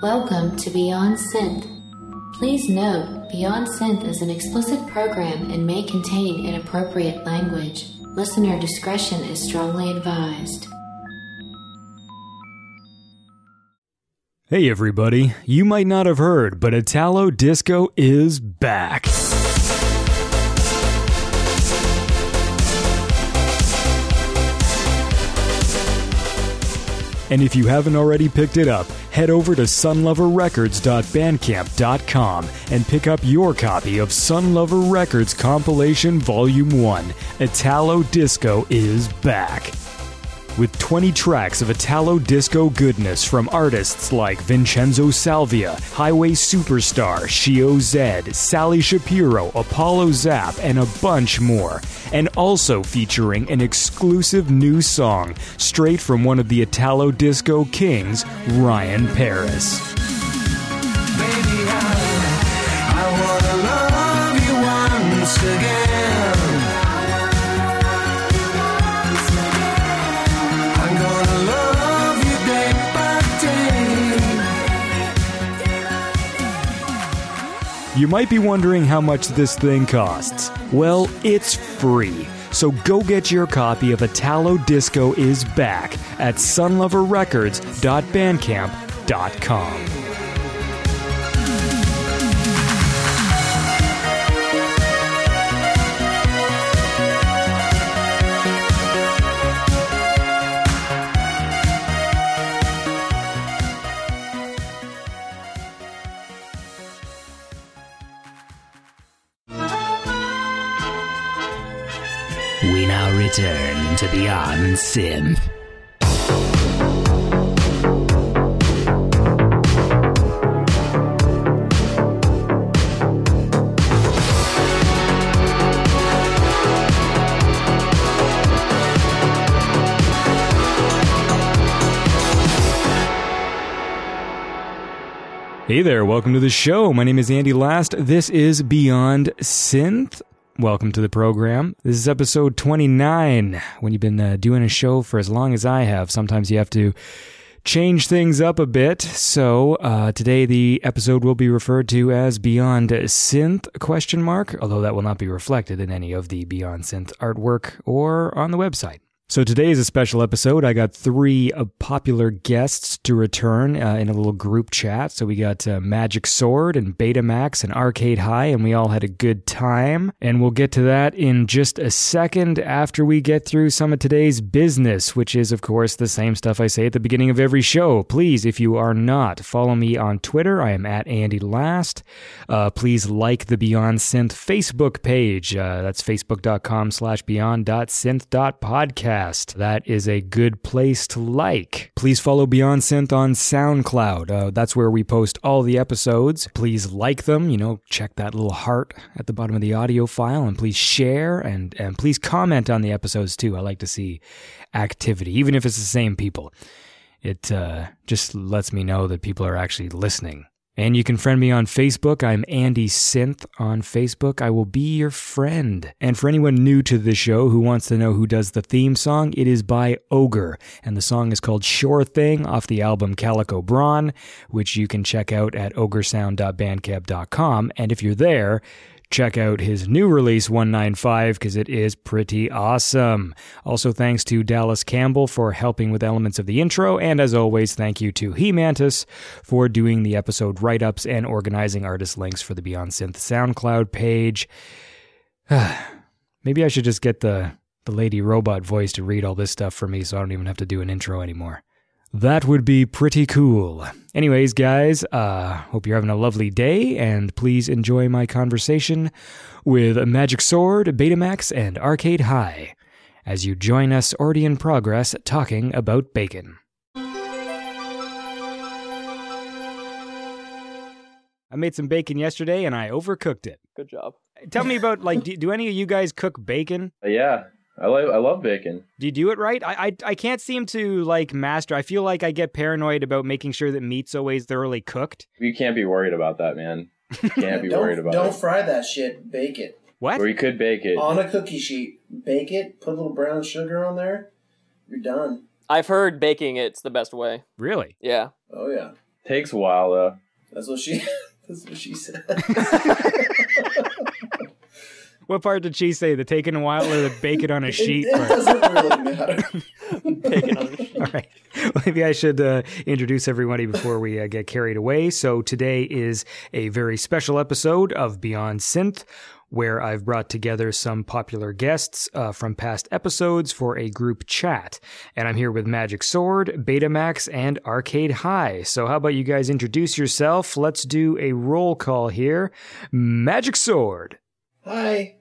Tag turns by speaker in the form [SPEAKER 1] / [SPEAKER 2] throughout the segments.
[SPEAKER 1] Welcome to Beyond Synth. Please note, Beyond Synth is an explicit program and may contain inappropriate language. Listener discretion is strongly advised.
[SPEAKER 2] Hey everybody, you might not have heard, but Italo Disco is back. And if you haven't already picked it up, head over to sunloverrecords.bandcamp.com and pick up your copy of Sunlover Records Compilation Volume 1 Italo Disco is Back. With 20 tracks of Italo disco goodness from artists like Vincenzo Salvia, Highway Superstar, Shio Zed, Sally Shapiro, Apollo Zap, and a bunch more. And also featuring an exclusive new song straight from one of the Italo disco kings, Ryan Paris.
[SPEAKER 3] Baby, I, I wanna love you once again. I'm gonna love you day by day.
[SPEAKER 2] You might be wondering how much this thing costs. Well, it's free. So go get your copy of Italo Disco is Back at sunloverrecords.bandcamp.com.
[SPEAKER 4] We now return to Beyond Synth.
[SPEAKER 2] Hey there, welcome to the show. My name is Andy Last. This is Beyond Synth. Welcome to the program. This is episode 29. When you've been uh, doing a show for as long as I have, sometimes you have to change things up a bit. So uh, today the episode will be referred to as Beyond Synth question mark, although that will not be reflected in any of the Beyond Synth artwork or on the website. So today is a special episode. I got three uh, popular guests to return uh, in a little group chat. So we got uh, Magic Sword and Betamax and Arcade High, and we all had a good time. And we'll get to that in just a second after we get through some of today's business, which is, of course, the same stuff I say at the beginning of every show. Please, if you are not, follow me on Twitter. I am at Andy Last. Uh, please like the Beyond Synth Facebook page. Uh, that's facebook.com slash beyond.synth.podcast. That is a good place to like. Please follow Beyond Synth on SoundCloud. Uh, that's where we post all the episodes. Please like them. You know, check that little heart at the bottom of the audio file and please share and, and please comment on the episodes too. I like to see activity, even if it's the same people it uh, just lets me know that people are actually listening. And you can friend me on Facebook. I'm Andy Synth on Facebook. I will be your friend. And for anyone new to the show who wants to know who does the theme song, it is by Ogre. And the song is called Sure Thing off the album Calico Brawn, which you can check out at ogresound.bandcamp.com. And if you're there, check out his new release 195 because it is pretty awesome. Also, thanks to Dallas Campbell for helping with elements of the intro, and as always, thank you to He Mantis for doing the episode write ups and organizing artist links for the Beyond Synth SoundCloud page. Maybe I should just get the the lady robot voice to read all this stuff for me, so I don't even have to do an intro anymore. That would be pretty cool. Anyways, guys, uh, hope you're having a lovely day, and please enjoy my conversation with Magic Sword, Betamax, and Arcade High as you join us already in progress talking about bacon. I made some bacon yesterday and I overcooked it.
[SPEAKER 5] Good job.
[SPEAKER 2] Tell me about like, do, do any of you guys cook bacon?
[SPEAKER 6] Yeah, I love I love bacon.
[SPEAKER 2] Do you do it right? I, I I can't seem to like master. I feel like I get paranoid about making sure that meat's always thoroughly cooked.
[SPEAKER 6] You can't be worried about that, man. You can't be
[SPEAKER 7] don't,
[SPEAKER 6] worried about
[SPEAKER 7] don't
[SPEAKER 6] it.
[SPEAKER 7] fry that shit. Bake it
[SPEAKER 2] What?
[SPEAKER 6] or you could bake it.
[SPEAKER 7] on a cookie sheet. Bake it. Put a little brown sugar on there. You're done.
[SPEAKER 5] I've heard baking it's the best way.
[SPEAKER 2] Really?
[SPEAKER 5] Yeah.
[SPEAKER 7] Oh yeah.
[SPEAKER 6] Takes a while though.
[SPEAKER 7] That's what she. That's what she said.
[SPEAKER 2] What part did she say? The taking a while or the bake it on a sheet?
[SPEAKER 7] It, it
[SPEAKER 2] part?
[SPEAKER 7] doesn't really matter.
[SPEAKER 5] Taking on the
[SPEAKER 2] All right. Maybe I should uh, introduce everybody before we uh, get carried away. So today is a very special episode of Beyond Synth. Where I've brought together some popular guests uh, from past episodes for a group chat. And I'm here with Magic Sword, Betamax, and Arcade High. So, how about you guys introduce yourself? Let's do a roll call here. Magic Sword,
[SPEAKER 7] Hi.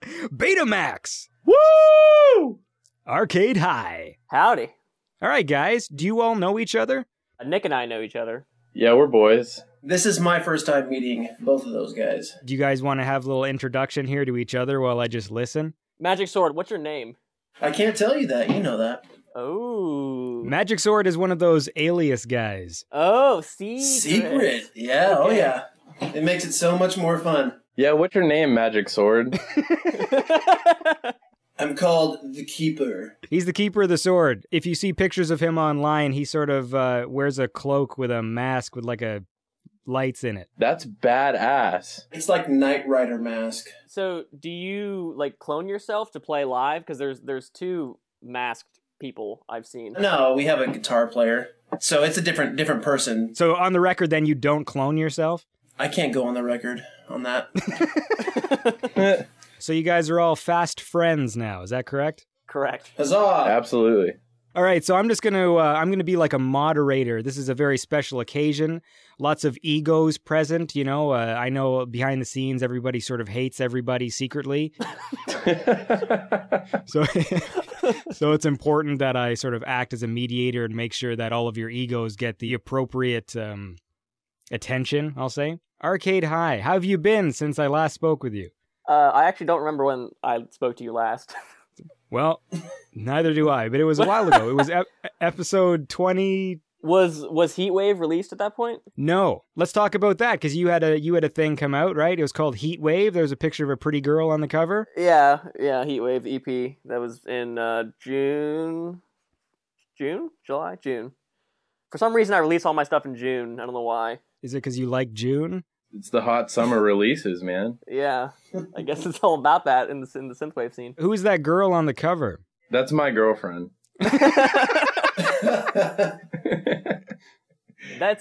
[SPEAKER 2] Betamax,
[SPEAKER 5] Woo!
[SPEAKER 2] Arcade High.
[SPEAKER 5] Howdy.
[SPEAKER 2] All right, guys, do you all know each other?
[SPEAKER 5] Uh, Nick and I know each other.
[SPEAKER 6] Yeah, we're boys.
[SPEAKER 7] This is my first time meeting both of those guys.
[SPEAKER 2] Do you guys want to have a little introduction here to each other while I just listen?
[SPEAKER 5] Magic Sword, what's your name?
[SPEAKER 7] I can't tell you that. You know that.
[SPEAKER 5] Oh.
[SPEAKER 2] Magic Sword is one of those alias guys.
[SPEAKER 5] oh, secret.
[SPEAKER 7] Secret. Yeah. Oh yeah. It makes it so much more fun.
[SPEAKER 6] Yeah, what's your name, Magic Sword?
[SPEAKER 7] I'm called the Keeper.
[SPEAKER 2] He's the keeper of the sword. If you see pictures of him online, he sort of uh, wears a cloak with a mask with like a lights in it.
[SPEAKER 6] That's badass.
[SPEAKER 7] It's like Knight Rider mask.
[SPEAKER 5] So, do you like clone yourself to play live? Because there's there's two masked people I've seen.
[SPEAKER 7] No, we have a guitar player, so it's a different different person.
[SPEAKER 2] So on the record, then you don't clone yourself.
[SPEAKER 7] I can't go on the record on that.
[SPEAKER 2] So you guys are all fast friends now. Is that correct?
[SPEAKER 5] Correct.
[SPEAKER 7] Huzzah!
[SPEAKER 6] Absolutely.
[SPEAKER 2] All right, so I'm just going to uh, I'm going to be like a moderator. This is a very special occasion. Lots of egos present, you know. Uh, I know behind the scenes everybody sort of hates everybody secretly. So so it's important that I sort of act as a mediator and make sure that all of your egos get the appropriate um attention, I'll say. Arcade High, how have you been since I last spoke with you?
[SPEAKER 5] Uh, I actually don't remember when I spoke to you last.
[SPEAKER 2] Well, neither do I, but it was a while ago. It was ep- episode 20
[SPEAKER 5] was was Heatwave released at that point?
[SPEAKER 2] No, let's talk about that because you had a you had a thing come out, right? It was called Heat Wave. There was a picture of a pretty girl on the cover.
[SPEAKER 5] Yeah, yeah, Heatwave EP that was in uh, June, June, July, June. For some reason, I release all my stuff in June. I don't know why.
[SPEAKER 2] Is it because you like June?
[SPEAKER 6] It's the hot summer releases, man.
[SPEAKER 5] Yeah, I guess it's all about that in the in the synthwave scene.
[SPEAKER 2] Who is that girl on the cover?
[SPEAKER 6] That's my girlfriend.
[SPEAKER 5] That's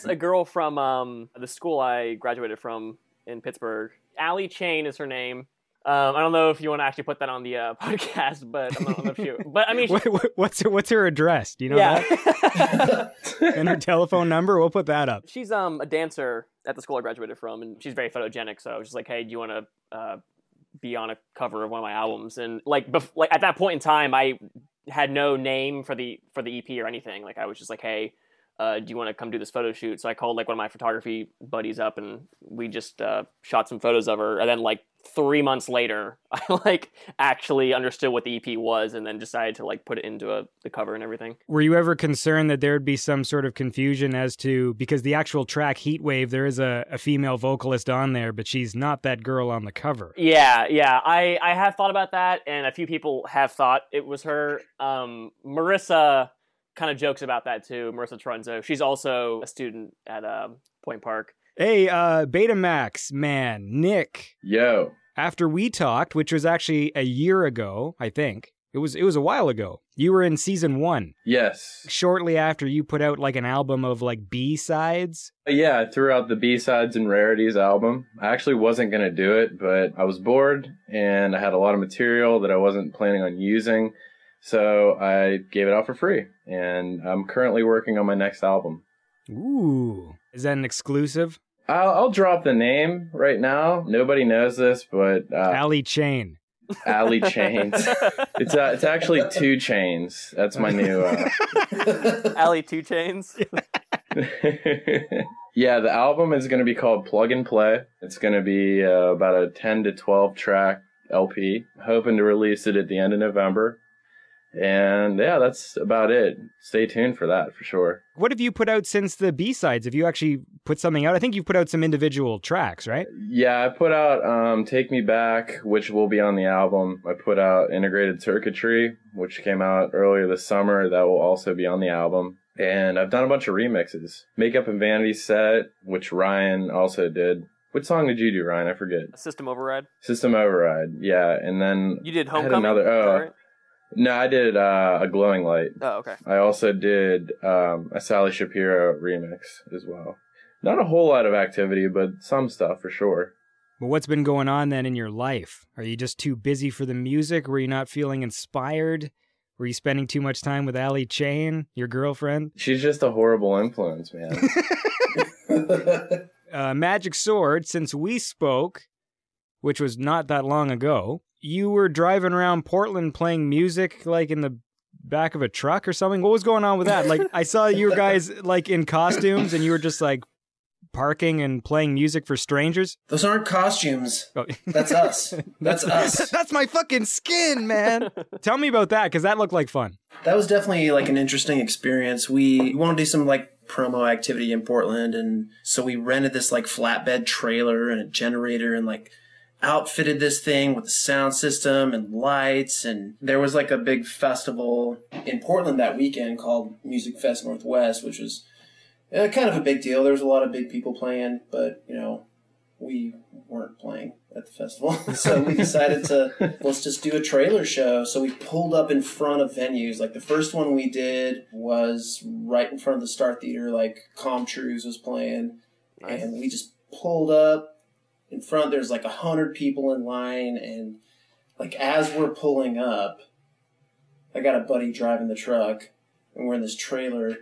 [SPEAKER 5] a girl from um, the school I graduated from in Pittsburgh. Allie Chain is her name. Um, I don't know if you want to actually put that on the uh, podcast, but I'm not, I don't know if you. But I mean, she-
[SPEAKER 2] What, what, what's her, what's her address? Do you know
[SPEAKER 5] yeah,
[SPEAKER 2] that? And her telephone number? We'll put that up.
[SPEAKER 5] she's um a dancer at the school I graduated from, and she's very photogenic. So I was just like, hey, do you want to uh, be on a cover of one of my albums? And like, bef- like at that point in time, I had no name for the for the EP or anything. Like I was just like, hey. Uh, do you want to come do this photo shoot? So I called like one of my photography buddies up, and we just uh, shot some photos of her. And then like three months later, I like actually understood what the EP was, and then decided to like put it into a, the cover and everything.
[SPEAKER 2] Were you ever concerned that there'd be some sort of confusion as to because the actual track Heat Wave there is a, a female vocalist on there, but she's not that girl on the cover.
[SPEAKER 5] Yeah, yeah. I I have thought about that, and a few people have thought it was her. Um, Marissa kind of jokes about that too. Marissa Trunzo. She's also a student at um, Point Park.
[SPEAKER 2] Hey, uh, Betamax man, Nick,
[SPEAKER 6] Yo.
[SPEAKER 2] after we talked, which was actually a year ago, I think. It was it was a while ago. You were in season 1.
[SPEAKER 6] Yes.
[SPEAKER 2] Shortly after you put out like an album of like B-sides.
[SPEAKER 6] Yeah, I threw out the B sides and rarities album. I actually wasn't going to do it, but I was bored and I had a lot of material that I wasn't planning on using. So I gave it out for free. And I'm currently working on my next album.
[SPEAKER 2] Ooh. Is that an exclusive?
[SPEAKER 6] I'll, I'll drop the name right now. Nobody knows this, but uh,
[SPEAKER 2] Ali Chain.
[SPEAKER 6] Alley Chains. It's uh, it's actually two chains. That's my new. Uh...
[SPEAKER 5] Alley Two Chains.
[SPEAKER 6] yeah, the album is going to be called Plug and Play. It's going to be uh, about a ten to twelve track LP. Hoping to release it at the end of November. And yeah, that's about it. Stay tuned for that for sure.
[SPEAKER 2] What have you put out since the B-sides? Have you actually put something out? I think you've put out some individual tracks, right?
[SPEAKER 6] Yeah, I put out um, Take Me Back, which will be on the album. I put out Integrated Circuitry, which came out earlier this summer. That will also be on the album. and I've done a bunch of remixes. Makeup and Vanity Set, which Ryan also did. Which song did you do, Ryan? I forget.
[SPEAKER 5] System override.
[SPEAKER 6] System Override. Yeah, and then
[SPEAKER 5] You did
[SPEAKER 6] I had
[SPEAKER 5] homecoming.
[SPEAKER 6] another-
[SPEAKER 5] Is that
[SPEAKER 6] oh.
[SPEAKER 5] right?
[SPEAKER 6] no, I did uh, a glowing light.
[SPEAKER 5] Oh, okay.
[SPEAKER 6] I also did um, a Sally Shapiro remix as well. Not a whole lot of activity, but some stuff for sure.
[SPEAKER 2] But what's been going on then in your life? Are you just too busy for the music? Were you not feeling inspired? Were you spending too much time with Allie Chain, your girlfriend?
[SPEAKER 6] She's just a horrible influence, man.
[SPEAKER 2] Uh, Magic Sword, since we spoke, which was not that long ago, you were driving around Portland playing music like in the back of a truck or something. What was going on with that? Like I saw you guys like in costumes and you were just like parking and playing music for strangers.
[SPEAKER 7] Those aren't costumes.
[SPEAKER 2] Oh.
[SPEAKER 7] That's us. That's us.
[SPEAKER 2] That's my fucking skin, man. Tell me about that because that looked like fun.
[SPEAKER 7] That was definitely like an interesting experience. We want to do some like promo activity in Portland, and so we rented this like flatbed trailer and a generator, and like outfitted this thing with a sound system and lights and there was like a big festival in Portland that weekend called Music Fest Northwest which was uh, kind of a big deal there was a lot of big people playing but you know we weren't playing at the festival so we decided to let's just do a trailer show so we pulled up in front of venues like the first one we did was right in front of the Star Theater like Calm Trues was playing and we just pulled up in front there's like a hundred people in line and like as we're pulling up i got a buddy driving the truck and we're in this trailer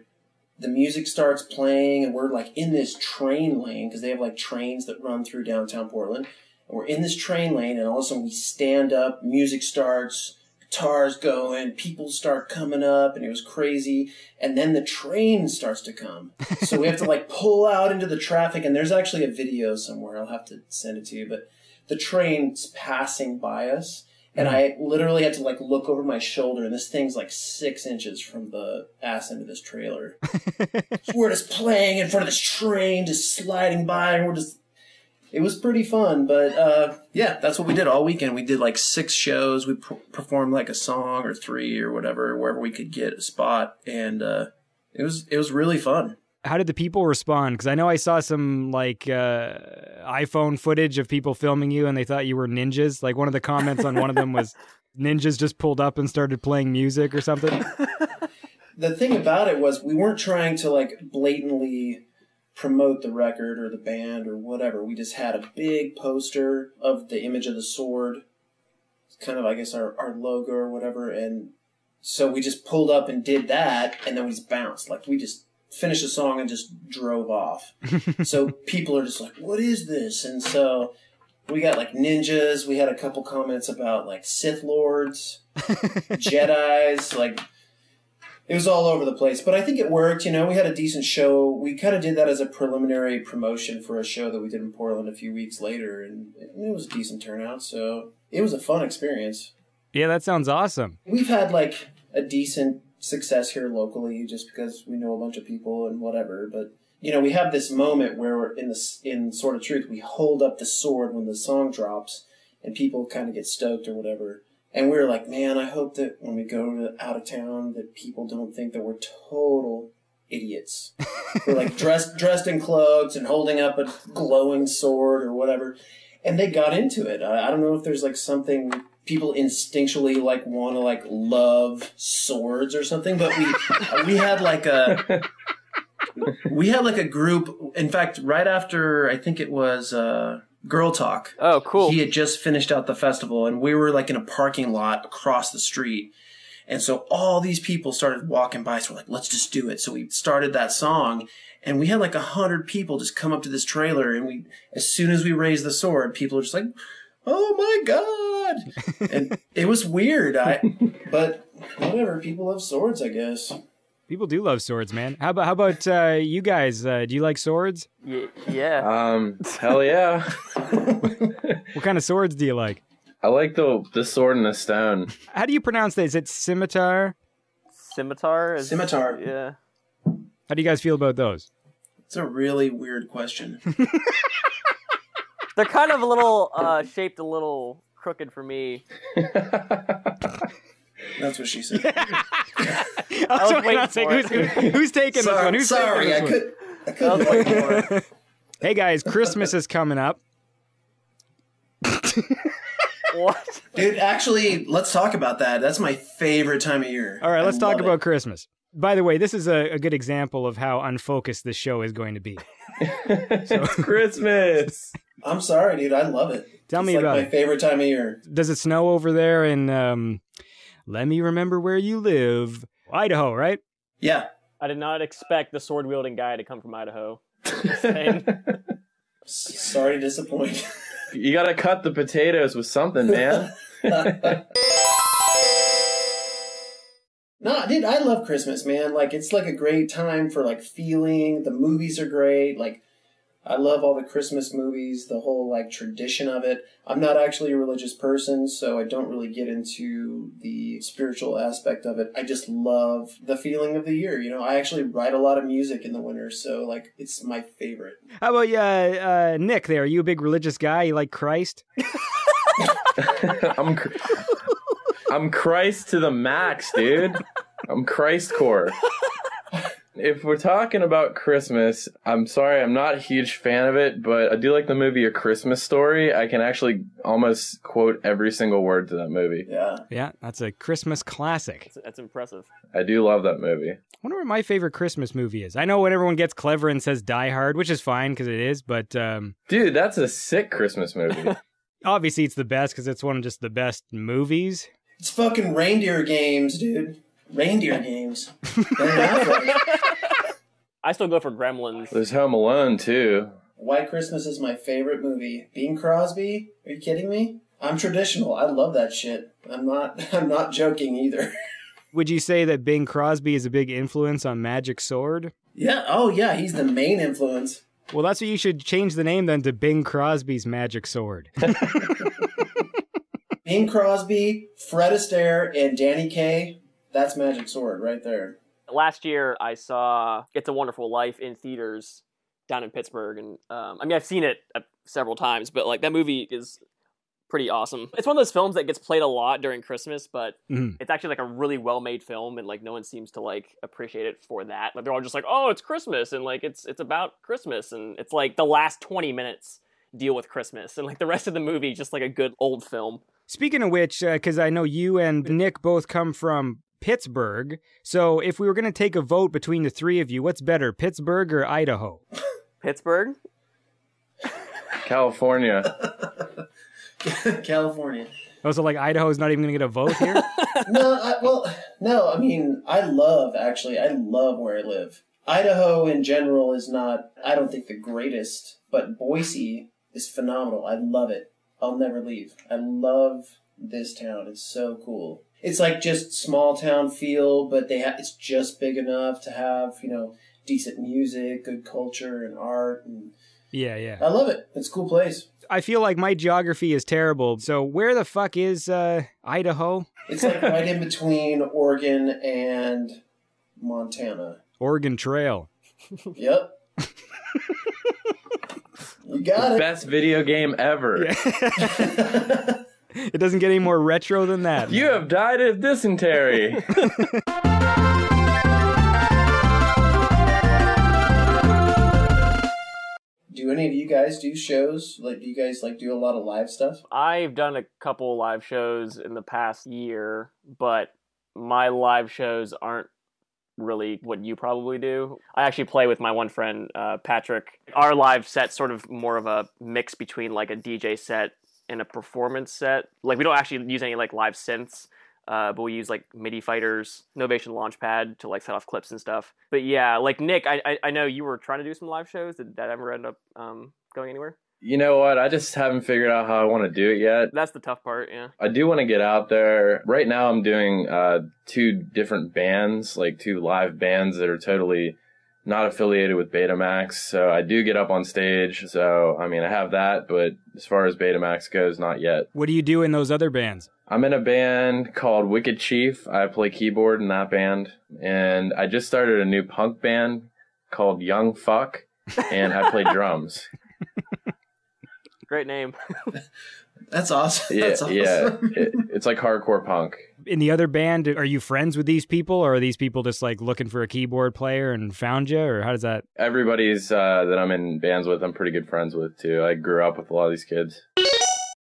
[SPEAKER 7] the music starts playing and we're like in this train lane because they have like trains that run through downtown portland and we're in this train lane and all of a sudden we stand up music starts guitars going people start coming up and it was crazy and then the train starts to come so we have to like pull out into the traffic and there's actually a video somewhere i'll have to send it to you but the train's passing by us and i literally had to like look over my shoulder and this thing's like six inches from the ass end of this trailer So we're just playing in front of this train just sliding by and we're just it was pretty fun but uh, yeah that's what we did all weekend we did like six shows we per- performed like a song or three or whatever wherever we could get a spot and uh, it was it was really fun
[SPEAKER 2] How did the people respond? Because I know I saw some like uh, iPhone footage of people filming you, and they thought you were ninjas. Like one of the comments on one of them was, "Ninjas just pulled up and started playing music or something."
[SPEAKER 7] the thing about it was we weren't trying to like blatantly promote the record or the band or whatever. We just had a big poster of the image of the sword, It's kind of I guess our, our logo or whatever, and so we just pulled up and did that, and then we just bounced like we just finished the song and just drove off. so people are just like, "What is this?" And so we got like ninjas. We had a couple comments about like Sith lords, Jedi's, like it was all over the place, but I think it worked. You know, we had a decent show. We kind of did that as a preliminary promotion for a show that we did in Portland a few weeks later, and it was a decent turnout. So it was a fun experience.
[SPEAKER 2] yeah, that sounds awesome.
[SPEAKER 7] We've had like a decent success here locally, just because we know a bunch of people and whatever. But you know, we have this moment where we're in this in sort of truth, we hold up the sword when the song drops, and people kind of get stoked or whatever. And we were like, man, I hope that when we go to, out of town, that people don't think that we're total idiots. we're like dressed dressed in cloaks and holding up a glowing sword or whatever. And they got into it. I, I don't know if there's like something people instinctually like want to like love swords or something, but we we had like a we had like a group. In fact, right after I think it was uh, Girl Talk.
[SPEAKER 5] Oh, cool.
[SPEAKER 7] He had just finished out the festival, and we were like in a parking lot across the street. And so all these people started walking by. So we're like, let's just do it. So we started that song, and we had like a hundred people just come up to this trailer. And we, as soon as we raised the sword, people were just like, "Oh my god!" and it was weird. I, but whatever. People love swords, I guess.
[SPEAKER 2] People do love swords, man. How about how about uh, you guys? Uh, do you like swords?
[SPEAKER 5] Ye- yeah.
[SPEAKER 6] Um, hell yeah.
[SPEAKER 2] What kind of swords do you like?
[SPEAKER 6] I like the the sword and the stone.
[SPEAKER 2] How do you pronounce that? Is it scimitar?
[SPEAKER 5] Scimitar. Is,
[SPEAKER 7] Scimitar.
[SPEAKER 5] Yeah.
[SPEAKER 2] How do you guys feel about those?
[SPEAKER 7] It's a really weird question.
[SPEAKER 5] They're kind of a little uh, shaped a little crooked for me.
[SPEAKER 7] That's what she said.
[SPEAKER 2] I was
[SPEAKER 5] waiting
[SPEAKER 2] not saying
[SPEAKER 5] for
[SPEAKER 2] who's, who- who's taking this one.
[SPEAKER 7] sorry,
[SPEAKER 2] Who's
[SPEAKER 7] sorry,
[SPEAKER 2] taking
[SPEAKER 7] I
[SPEAKER 2] this one?
[SPEAKER 7] could. I couldn't wait for it.
[SPEAKER 2] Hey guys, Christmas is coming up.
[SPEAKER 5] What?
[SPEAKER 7] Dude, actually, let's talk about that. That's my favorite time of year.
[SPEAKER 2] All right,
[SPEAKER 7] I
[SPEAKER 2] let's talk
[SPEAKER 7] love it.
[SPEAKER 2] about Christmas. By the way, this is a, a good example of how unfocused this show is going to be.
[SPEAKER 6] It's Christmas.
[SPEAKER 7] I'm sorry, dude. I love it.
[SPEAKER 2] Tell
[SPEAKER 7] it's
[SPEAKER 2] me
[SPEAKER 7] like
[SPEAKER 2] about
[SPEAKER 7] my
[SPEAKER 2] it.
[SPEAKER 7] favorite time of year.
[SPEAKER 2] Does it snow over there? And um, let me remember where you live, Idaho, right?
[SPEAKER 7] Yeah,
[SPEAKER 5] I did not expect the sword wielding guy to come from Idaho. Same.
[SPEAKER 7] S- sorry to disappoint.
[SPEAKER 6] you gotta cut the potatoes with something, man.
[SPEAKER 7] No, dude, I love Christmas, man. Like it's like a great time for like feeling. The movies are great. Like I love all the Christmas movies, the whole like tradition of it. I'm not actually a religious person, so I don't really get into the spiritual aspect of it. I just love the feeling of the year, you know. I actually write a lot of music in the winter, so like it's my favorite.
[SPEAKER 2] How about you, uh, uh, Nick? There, are you a big religious guy? You like Christ?
[SPEAKER 6] I'm cr- I'm Christ to the max, dude. I'm Christ core. If we're talking about Christmas, I'm sorry, I'm not a huge fan of it, but I do like the movie A Christmas Story. I can actually almost quote every single word to that movie.
[SPEAKER 7] Yeah.
[SPEAKER 2] Yeah, that's a Christmas classic.
[SPEAKER 5] That's, that's impressive.
[SPEAKER 6] I do love that movie.
[SPEAKER 2] I wonder what my favorite Christmas movie is. I know when everyone gets clever and says Die Hard, which is fine because it is, but um,
[SPEAKER 6] Dude, that's a sick Christmas movie.
[SPEAKER 2] obviously it's the best because it's one of just the best movies.
[SPEAKER 7] It's fucking reindeer games, dude. Reindeer games. Ben Affleck.
[SPEAKER 5] I still go for Gremlins.
[SPEAKER 6] There's Home Alone too.
[SPEAKER 7] White Christmas is my favorite movie. Bing Crosby? Are you kidding me? I'm traditional. I love that shit. I'm not. I'm not joking either.
[SPEAKER 2] Would you say that Bing Crosby is a big influence on Magic Sword?
[SPEAKER 7] Yeah. Oh yeah. He's the main influence.
[SPEAKER 2] Well, that's what you should change the name then to Bing Crosby's Magic Sword.
[SPEAKER 7] Bing Crosby, Fred Astaire, and Danny Kaye. That's Magic Sword right there.
[SPEAKER 5] Last year, I saw It's a Wonderful Life in theaters down in Pittsburgh, and um, I mean, I've seen it uh, several times, but like that movie is pretty awesome. It's one of those films that gets played a lot during Christmas, but
[SPEAKER 2] Mhm.
[SPEAKER 5] it's actually like a really well-made film, and like no one seems to like appreciate it for that. Like they're all just like, "Oh, it's Christmas," and like it's it's about Christmas, and it's like the last twenty minutes deal with Christmas, and like the rest of the movie just like a good old film.
[SPEAKER 2] Speaking of which, because I know you and Nick both come from Pittsburgh, so if we were going to take a vote between the three of you, what's better, Pittsburgh or Idaho?
[SPEAKER 5] Pittsburgh.
[SPEAKER 6] California.
[SPEAKER 7] California.
[SPEAKER 2] Also, Oh, like Idaho's not even going to get a vote here.
[SPEAKER 7] no, I, well, no. I mean, I love actually. I love where I live. Idaho in general is not. I don't think the greatest, but Boise is phenomenal. I love it. I'll never leave. I love this town. It's so cool. It's like just small town feel, but they ha- it's just big enough to have you know decent music, good culture, and art. And
[SPEAKER 2] yeah, yeah.
[SPEAKER 7] I love it. It's a cool place.
[SPEAKER 2] I feel like my geography is terrible. So where the fuck is uh, Idaho?
[SPEAKER 7] It's like right in between Oregon and Montana.
[SPEAKER 2] Oregon Trail.
[SPEAKER 7] Yep. you got it.
[SPEAKER 6] Best video game ever.
[SPEAKER 2] It doesn't get any more retro than that.
[SPEAKER 6] You have died of dysentery.
[SPEAKER 7] Do any of you guys do shows? Like, do you guys like do a lot of live stuff?
[SPEAKER 5] I've done a couple live shows in the past year, but my live shows aren't really what you probably do. I actually play with my one friend uh, Patrick. Our live set's sort of more of a mix between like a DJ set and a performance set. Like we don't actually use any like live synths. Uh, but we use like MIDI fighters, Novation Launchpad to like set off clips and stuff. But yeah, like Nick, I I, I know you were trying to do some live shows. Did that ever end up um, going anywhere?
[SPEAKER 6] you know what? I just haven't figured out how I want to do it yet.
[SPEAKER 5] That's the tough part. Yeah.
[SPEAKER 6] I do want to get out there. Right now, I'm doing uh, two different bands, like two live bands that are totally not affiliated with Betamax. So I do get up on stage. So, I mean, I have that, but as far as Betamax goes, not yet.
[SPEAKER 2] What do you do in those other bands?
[SPEAKER 6] I'm in a band called Wicked Chief. I play keyboard in that band. And I just started a new punk band called Young Fuck, and I play drums.
[SPEAKER 5] Great name.
[SPEAKER 7] That's awesome.
[SPEAKER 6] Yeah,
[SPEAKER 7] That's awesome.
[SPEAKER 6] yeah. It, it's like hardcore punk.
[SPEAKER 2] in the other band, are you friends with these people, or are these people just like looking for a keyboard player and found you, or how does that?
[SPEAKER 6] Everybody's uh, that I'm in bands with, I'm pretty good friends with too. I grew up with a lot of these kids.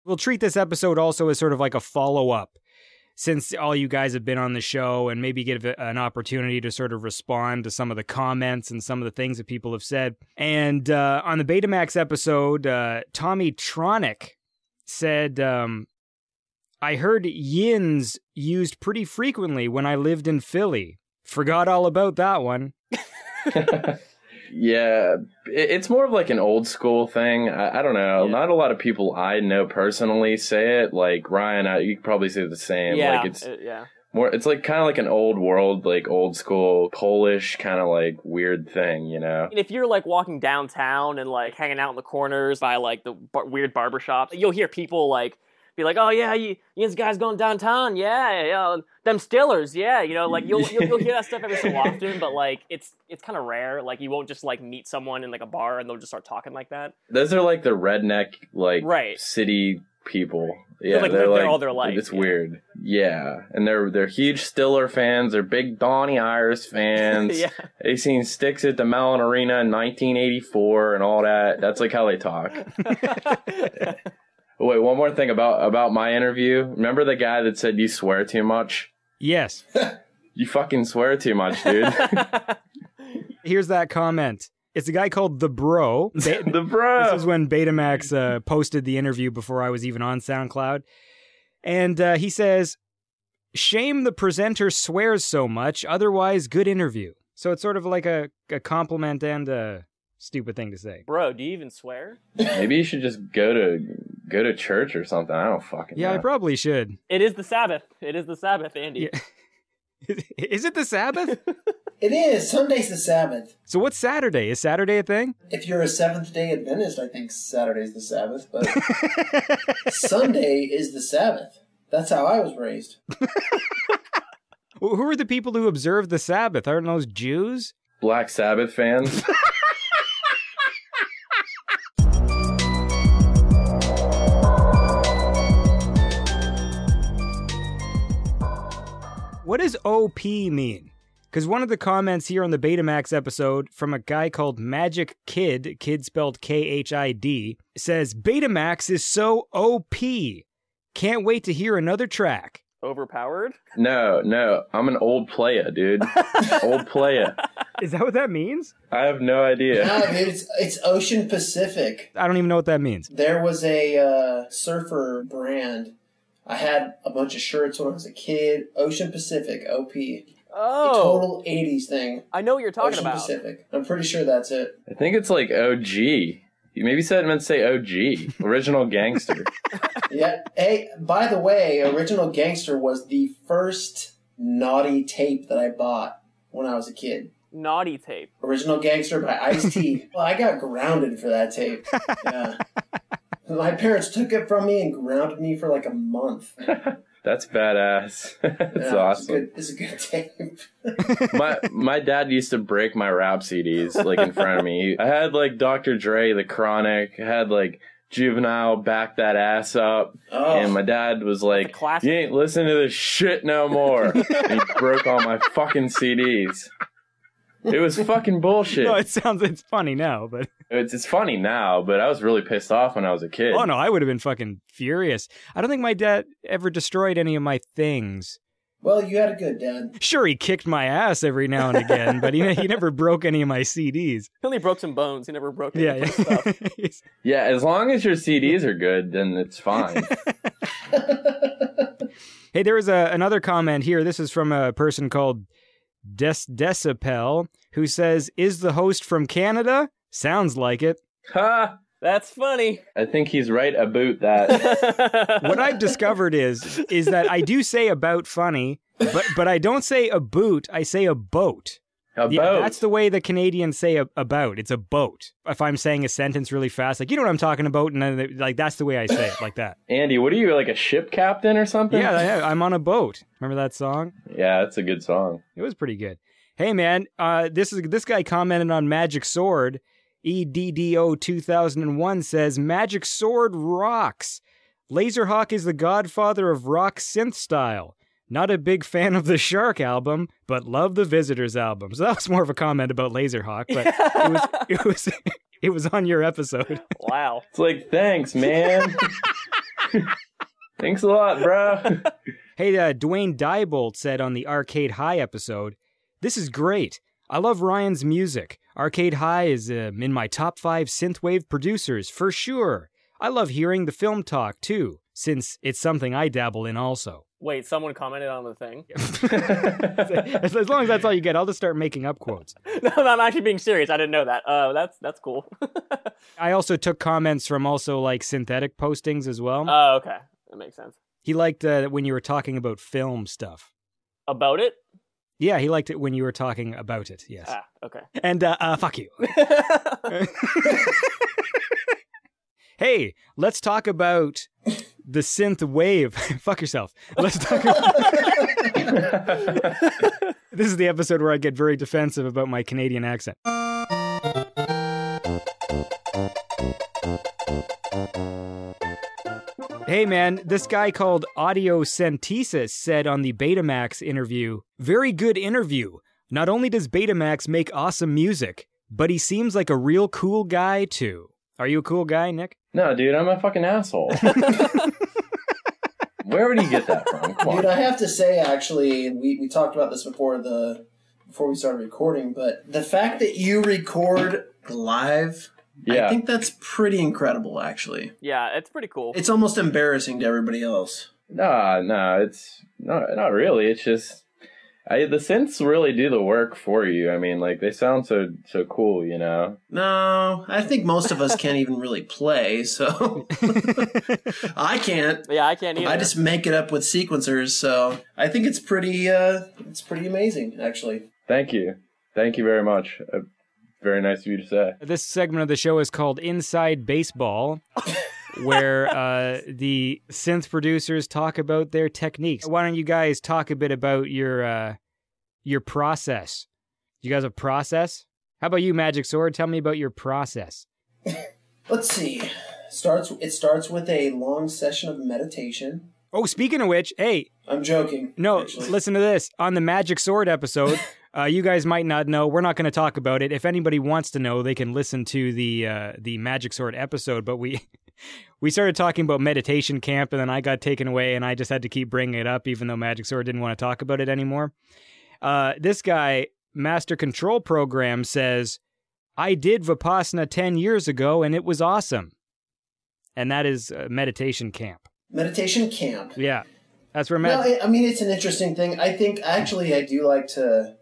[SPEAKER 2] We'll treat this episode also as sort of like a follow up, since all you guys have been on the show, and maybe give a- an opportunity to sort of respond to some of the comments and some of the things that people have said. And uh, on the Betamax episode, uh, Tommy Tronic said, um, I heard yins used pretty frequently when I lived in Philly. Forgot all about that one.
[SPEAKER 6] yeah, it, it's more of like an old school thing. I, I don't know. Not a lot of people I know personally say it. Like Ryan, I, you could probably say the same.
[SPEAKER 5] yeah,
[SPEAKER 6] like it's
[SPEAKER 5] uh, yeah.
[SPEAKER 6] more. It's like kind of like an old world, like old school Polish kind of like weird thing. You know.
[SPEAKER 5] And if you're like walking downtown and like hanging out in the corners by like the bar- weird barber shops, you'll hear people like be like, "Oh yeah, you, you guys going downtown? Yeah, yeah, um, them Stillers, yeah." You know, like you'll you'll, you'll hear that stuff every so often, but like it's it's kind of rare. Like you won't just like meet someone in like a bar and they'll just start talking like that.
[SPEAKER 6] Those are like the redneck, like
[SPEAKER 5] Right.
[SPEAKER 6] city people. Yeah,
[SPEAKER 5] like,
[SPEAKER 6] they're
[SPEAKER 5] lived
[SPEAKER 6] like
[SPEAKER 5] there all their life,
[SPEAKER 6] It's
[SPEAKER 5] yeah.
[SPEAKER 6] weird. Yeah, and they're they're huge Stiller fans. They're big Donnie Iris fans.
[SPEAKER 5] Yeah.
[SPEAKER 6] they seen Sticks at the Mellon Arena in 1984 and all that. That's like how they talk. Wait, one more thing about about my interview. Remember the guy that said you swear too much?
[SPEAKER 2] Yes.
[SPEAKER 6] You fucking swear too much, dude.
[SPEAKER 2] Here's that comment. It's a guy called The Bro. Ba-
[SPEAKER 6] the bro.
[SPEAKER 2] This was when Betamax uh, posted the interview before I was even on SoundCloud. And uh, he says, Shame the presenter swears so much, otherwise, good interview. So it's sort of like a, a compliment and a stupid thing to say.
[SPEAKER 5] Bro, do you even swear?
[SPEAKER 6] Maybe you should just go to go to church or something. I don't fucking
[SPEAKER 2] Yeah,
[SPEAKER 6] know.
[SPEAKER 2] I probably should.
[SPEAKER 5] It is the Sabbath. It is the Sabbath, Andy.
[SPEAKER 2] Yeah. Is it the Sabbath?
[SPEAKER 7] It is. Sunday's the Sabbath.
[SPEAKER 2] so what's Saturday? Is Saturday a thing?
[SPEAKER 7] If you're a Seventh day Adventist, I think Saturday's the Sabbath, but Sunday is the Sabbath. That's how I was raised.
[SPEAKER 2] Wh- Who are the people who observe the Sabbath? Aren't those Jews?
[SPEAKER 6] Black Sabbath fans.
[SPEAKER 2] What does OP mean? Because one of the comments here on the Betamax episode from a guy called Magic Kid, kid spelled K H I D, says Betamax is so OP. Can't wait to hear another track.
[SPEAKER 5] Overpowered.
[SPEAKER 6] No, no, I'm an old player, dude. old player.
[SPEAKER 2] Is that what that means?
[SPEAKER 6] I have no idea.
[SPEAKER 8] No, dude, it's, it's Ocean Pacific.
[SPEAKER 2] I don't even know what that means.
[SPEAKER 8] There was a uh, surfer brand. I had a bunch of shirts when I was a kid. Ocean Pacific, OP.
[SPEAKER 5] Oh,
[SPEAKER 8] Total 80s thing.
[SPEAKER 5] I know what you're talking
[SPEAKER 8] Ocean
[SPEAKER 5] about.
[SPEAKER 8] Pacific. I'm pretty sure that's it.
[SPEAKER 6] I think it's like OG. You maybe said it meant to say OG, original gangster.
[SPEAKER 8] Yeah. hey, by the way, Original Gangster was the first naughty tape that I bought when I was a kid.
[SPEAKER 5] Naughty tape.
[SPEAKER 8] Original Gangster by Ice T. well, I got grounded for that tape. Yeah. My parents took it from me and grounded me for like a month.
[SPEAKER 6] That's badass. That's
[SPEAKER 8] Yeah,
[SPEAKER 6] awesome.
[SPEAKER 8] It's a good, it's a good tape.
[SPEAKER 6] my my dad used to break my rap CDs like in front of me. I had like Dr. Dre, The Chronic. I had like Juvenile, back that ass up.
[SPEAKER 8] Oh.
[SPEAKER 6] And my dad was like,
[SPEAKER 5] That's a classic.
[SPEAKER 6] "You ain't listening to this shit no more." and he broke all my fucking CDs. It was fucking bullshit.
[SPEAKER 2] No, it sounds it's funny now, but
[SPEAKER 6] It's, it's funny now, but I was really pissed off when I was a kid.
[SPEAKER 2] oh no, I would have been fucking furious. I don't think my dad ever destroyed any of my things.
[SPEAKER 8] Well, you had a good dad.
[SPEAKER 2] Sure, he kicked my ass every now and again, but he, he never broke any of my CDs.
[SPEAKER 5] He only broke some bones. He never broke any
[SPEAKER 2] Yeah,
[SPEAKER 5] yeah, stuff.
[SPEAKER 2] yeah. It's-
[SPEAKER 6] Yeah, as long as your CDs are good, then it's fine.
[SPEAKER 2] hey, there was a, another comment here. This is from a person called Des Decipel who says, "Is the host from Canada? Sounds like it."
[SPEAKER 6] ha!
[SPEAKER 5] That's funny.
[SPEAKER 6] I think he's right about that.
[SPEAKER 2] What I've discovered is is that I do say about funny, but but I don't say a boot. I say a boat.
[SPEAKER 6] About
[SPEAKER 2] Yeah, that's the way the Canadians say a, about. It's a boat. If I'm saying a sentence really fast, like you know what I'm talking about, and then they- like that's the way I say it, like that.
[SPEAKER 6] Andy, what are you like a ship captain or something?
[SPEAKER 2] Yeah, I- I'm on a boat. Remember that song?
[SPEAKER 6] yeah, that's a good song.
[SPEAKER 2] It was pretty good. Hey man, uh, this is this guy commented on Magic Sword. E EDDO 2001 says Magic Sword rocks. Laserhawk is the godfather of rock synth style. Not a big fan of the Shark album, but love the Visitors album. So that was more of a comment about Laserhawk, but it was it was it was on your episode.
[SPEAKER 5] Wow.
[SPEAKER 6] It's like, thanks, man. thanks a lot, bro.
[SPEAKER 2] Hey, uh, Dwayne Diebold said on the Arcade High episode, "This is great. I love Ryan's music. Arcade High is um, in my top five synthwave producers for sure. I love hearing the film talk too, since it's something I dabble in also."
[SPEAKER 5] Wait, someone commented on the thing.
[SPEAKER 2] as, as long as that's all you get, I'll just start making up quotes.
[SPEAKER 5] No, no, I'm actually being serious. I didn't know that. Oh, that's that's cool.
[SPEAKER 2] I also took comments from also like synthetic postings as well.
[SPEAKER 5] Oh, okay, that makes sense.
[SPEAKER 2] he liked uh, when you were talking about film stuff.
[SPEAKER 5] About it?
[SPEAKER 2] Yeah, he liked it when you were talking about it. Yes.
[SPEAKER 5] Ah, okay.
[SPEAKER 2] And uh, uh, fuck you. hey, let's talk about the synth wave. fuck yourself. Let's talk about. this is the episode where I get very defensive about my Canadian accent. Hey man, this guy called Audio Sentesis said on the Betamax interview, very good interview. Not only does Betamax make awesome music, but he seems like a real cool guy too. Are you a cool guy, Nick?
[SPEAKER 6] No, dude, I'm a fucking asshole. Where would you get that from? Come
[SPEAKER 7] Dude,
[SPEAKER 6] on.
[SPEAKER 7] I have to say, actually, we, we talked about this before the before we started recording, but the fact that you record live, I
[SPEAKER 6] Yeah.
[SPEAKER 7] think that's pretty incredible. Actually,
[SPEAKER 5] Yeah, it's pretty cool.
[SPEAKER 7] it's almost embarrassing to everybody else.
[SPEAKER 6] No, no, it's no, not really. It's just I, the synths really do the work for you. I mean, like they sound so so cool, you know.
[SPEAKER 7] No, I think most of us can't even really play, so I can't.
[SPEAKER 5] yeah, I can't either.
[SPEAKER 7] I just make it up with sequencers, so I think it's pretty uh it's pretty amazing actually.
[SPEAKER 6] Thank you, thank you very much. Uh, very nice of you to say.
[SPEAKER 2] This segment of the show is called Inside Baseball, where uh, the synth producers talk about their techniques. Why don't you guys talk a bit about your uh, your process? You guys have process? How about you, Magic Sword? Tell me about your process.
[SPEAKER 7] Let's see. Starts it starts with a long session of meditation.
[SPEAKER 2] Oh, speaking of which, hey,
[SPEAKER 7] I'm joking.
[SPEAKER 2] no,
[SPEAKER 7] actually.
[SPEAKER 2] listen to this. On the Magic Sword episode, uh, you guys might not know. We're not going to talk about it. If anybody wants to know, they can listen to the uh, the Magic Sword episode. But we we started talking about meditation camp, and then I got taken away, and I just had to keep bringing it up, even though Magic Sword didn't want to talk about it anymore. Uh, this guy, Master Control Program, says, "I did Vipassana ten years ago, and it was awesome." And that is uh, meditation camp.
[SPEAKER 7] meditation camp.
[SPEAKER 2] Yeah, that's where
[SPEAKER 7] No,
[SPEAKER 2] Magic.
[SPEAKER 7] I, I mean it's an interesting thing. I think actually I do like to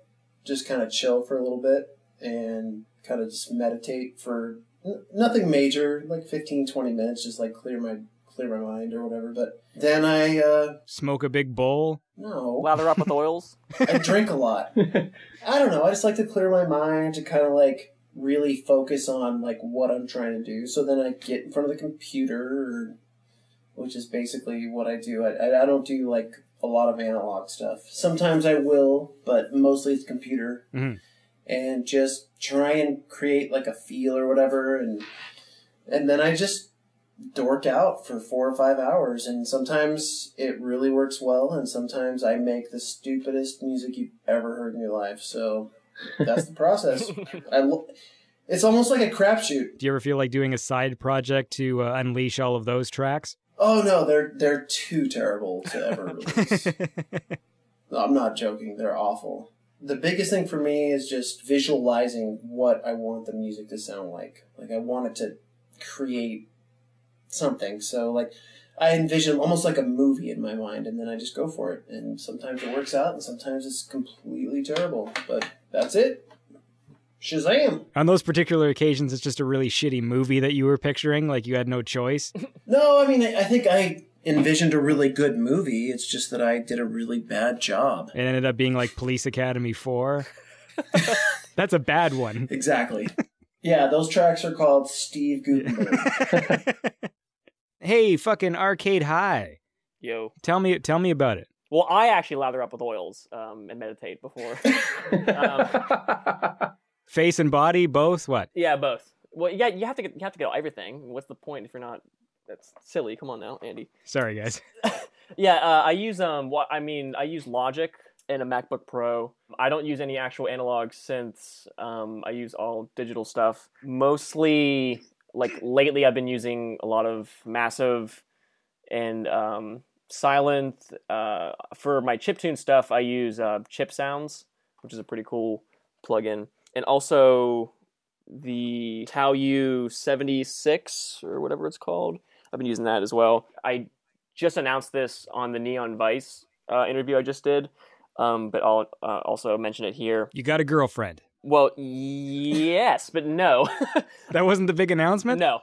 [SPEAKER 7] just kind of chill for a little bit and kind of just meditate for n- nothing major, like 15 20 minutes just like clear my clear my mind or whatever, but then I uh
[SPEAKER 2] smoke a big bowl.
[SPEAKER 7] no.
[SPEAKER 5] Lather up with oils.
[SPEAKER 7] I drink a lot. I don't know. I just like to clear my mind to kind of like really focus on like what I'm trying to do. So then I get in front of the computer, or, which is basically what I do. I, I- I don't do like a lot of analog stuff. Sometimes I will, but mostly it's computer.
[SPEAKER 2] Mhm.
[SPEAKER 7] And just try and create like a feel or whatever, and and then I just dork out for four or five hours and sometimes it really works well and sometimes i make the stupidest music you've ever heard in your life so that's the process I lo- it's almost like a crapshoot
[SPEAKER 2] Do you ever feel like doing a side project to uh, unleash all of those tracks?
[SPEAKER 7] oh no they're they're too terrible to ever release No, i'm not joking they're awful the biggest thing for me is just visualizing what i want the music to sound like like i want it to create something so like I envision almost like a movie in my mind, and then I just go for it. And sometimes it works out, and sometimes it's completely terrible. But that's it. Shazam!
[SPEAKER 2] On those particular occasions, it's just a really shitty movie that you were picturing, like you had no choice.
[SPEAKER 7] No, I mean, I I think I envisioned a really good movie. It's just that I did a really bad job.
[SPEAKER 2] It ended up being like Police Academy 4. That's a bad one.
[SPEAKER 7] Exactly. yeah, those tracks are called Steve Gutenberg.
[SPEAKER 2] Hey, fucking Arcade High.
[SPEAKER 5] Yo.
[SPEAKER 2] Tell me tell me about it.
[SPEAKER 5] Well, I actually lather up with oils um, and meditate before. Um,
[SPEAKER 2] Face and body, both what?
[SPEAKER 5] yeah, both. Well, yeah, you have to get you have to get everything. What's the point if you're not? That's silly. Come on now, Andy.
[SPEAKER 2] Sorry guys.
[SPEAKER 5] Yeah, uh, I use um, what I mean, I use Logic in a MacBook Pro. I don't use any actual analog synths. Um, I use all digital stuff. Mostly, like lately, I've been using a lot of Massive and um, Silent. Uh, for my chiptune stuff, I use uh, Chip Sounds, which is a pretty cool plugin, and also the Taoyu 76 or whatever it's called. I've been using that as well. I just announced this on the Neon Vice uh, interview I just did, um, but I'll uh, also mention it here.
[SPEAKER 2] You got a girlfriend.
[SPEAKER 5] Well, yes, but no,
[SPEAKER 2] That wasn't the big announcement?
[SPEAKER 5] no.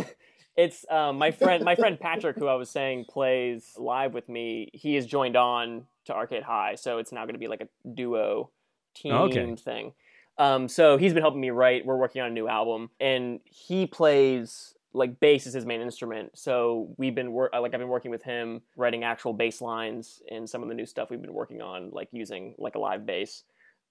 [SPEAKER 5] it's um, my friend, my friend Patrick, who I was saying plays live with me. He has joined on to Arcade High, so it's now going to be like a duo team
[SPEAKER 2] Oh, Okay.
[SPEAKER 5] thing. Um, so he's been helping me write. We're working on a new album, and he plays like bass is his main instrument. So we've been wor- uh, like I've been working with him writing actual bass lines and some of the new stuff we've been working on, like using like a live bass.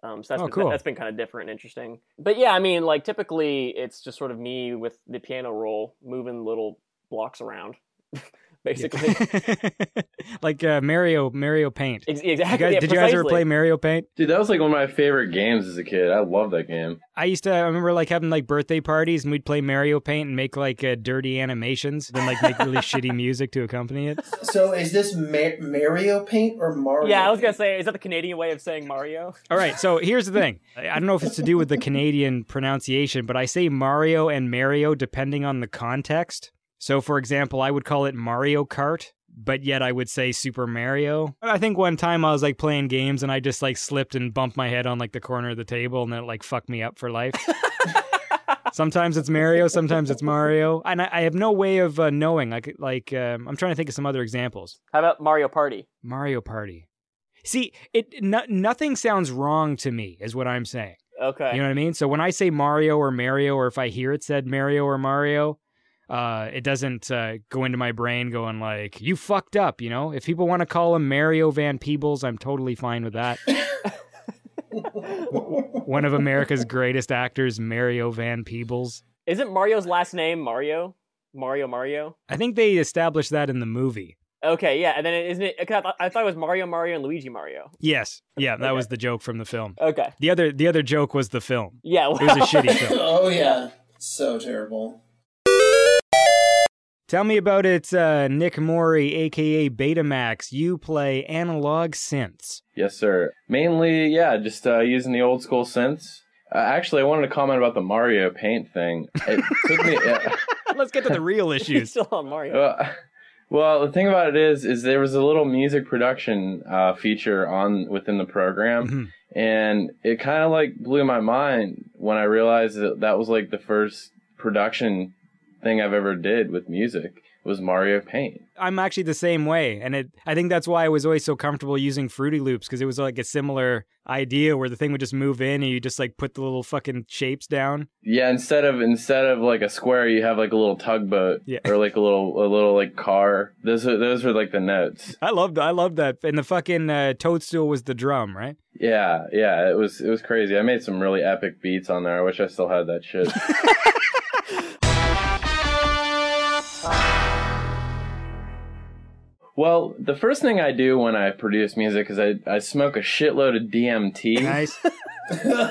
[SPEAKER 5] Um, so that's
[SPEAKER 2] Oh,
[SPEAKER 5] been,
[SPEAKER 2] cool.
[SPEAKER 5] that's been kind of different and interesting. But yeah, I mean, like typically it's just sort of me with the piano roll moving little blocks around, basically.
[SPEAKER 2] like uh, Mario Mario Paint.
[SPEAKER 5] Ex-
[SPEAKER 2] You
[SPEAKER 5] exactly.
[SPEAKER 2] guys,
[SPEAKER 5] yeah,
[SPEAKER 2] did you guys ever
[SPEAKER 5] precisely.
[SPEAKER 2] play Mario Paint?
[SPEAKER 6] Dude, that was like one of my favorite games as a kid. I love that game.
[SPEAKER 2] I used to. I remember like having like birthday parties, and we'd play Mario Paint and make like uh, dirty animations, then like make really shitty music to accompany it.
[SPEAKER 8] So is this Ma- Mario Paint or Mario?
[SPEAKER 5] Yeah, I was gonna
[SPEAKER 8] Paint?
[SPEAKER 5] say, is that the Canadian way of saying Mario?
[SPEAKER 2] All right, so here's the thing. I I don't know if it's to do with the Canadian pronunciation, but I say Mario and Mario depending on the context. So, for example, I would call it Mario Kart, but yet I would say Super Mario. I think one time I was like playing games and I just like slipped and bumped my head on like the corner of the table and it like fucked me up for life. sometimes it's Mario, sometimes it's Mario, and I, I have no way of uh, knowing. Like, like um, I'm trying to think of some other examples.
[SPEAKER 5] How about Mario Party?
[SPEAKER 2] Mario Party. See, it no, nothing sounds wrong to me, is what I'm saying.
[SPEAKER 5] Okay.
[SPEAKER 2] You know what I mean? So when I say Mario or Mario, or if I hear it said Mario or Mario, uh, it doesn't uh, go into my brain going like, "You fucked up." You know, if people want to call him Mario Van Peebles, I'm totally fine with that. One of America's greatest actors, Mario Van Peebles.
[SPEAKER 5] Isn't Mario's last name Mario? Mario Mario?
[SPEAKER 2] I think they established that in the movie.
[SPEAKER 5] Okay, yeah, and then it- isn't it? 'cause I thought, I thought it was Mario Mario and Luigi Mario.
[SPEAKER 2] Yes, yeah, that was the joke from the film.
[SPEAKER 5] Okay,
[SPEAKER 2] The other, the other joke was the film.
[SPEAKER 5] yeah,
[SPEAKER 2] It was a
[SPEAKER 5] well,
[SPEAKER 2] shitty film.
[SPEAKER 8] Oh yeah, so terrible.
[SPEAKER 2] Tell me about it, uh, Nick Morey, aka Betamax. You play analog synths.
[SPEAKER 6] Yes, sir. Mainly, yeah, just uh, using the old school synths. Uh, actually, I wanted to comment about the Mario Paint thing. It took me. yeah.
[SPEAKER 2] Let's get to the real
[SPEAKER 5] he's
[SPEAKER 2] issues.
[SPEAKER 5] still on Mario.
[SPEAKER 6] Well, well, the thing about it is, is there was a little music production uh, feature on within the program,
[SPEAKER 2] Mhm.
[SPEAKER 6] and it kind of like blew my mind when I realized that that was like the first production thing I've ever did with music was Mario Paint.
[SPEAKER 2] I'm actually the same way, and it, I think that's why I was always so comfortable using Fruity Loops because it was like a similar idea where the thing would just move in and you just like put the little fucking shapes down.
[SPEAKER 6] Yeah, instead of instead of like a square, you have like a little tugboat
[SPEAKER 2] Yeah.
[SPEAKER 6] or like a little a little like car. Those are, those were like the notes.
[SPEAKER 2] I loved, I loved that. And the fucking uh, toadstool was the drum, right?
[SPEAKER 6] Yeah, yeah, it was it was crazy. I made some really epic beats on there. I wish I still had that shit. Well, the first thing I do when I produce music is I, I smoke a shitload of DMT.
[SPEAKER 2] Nice.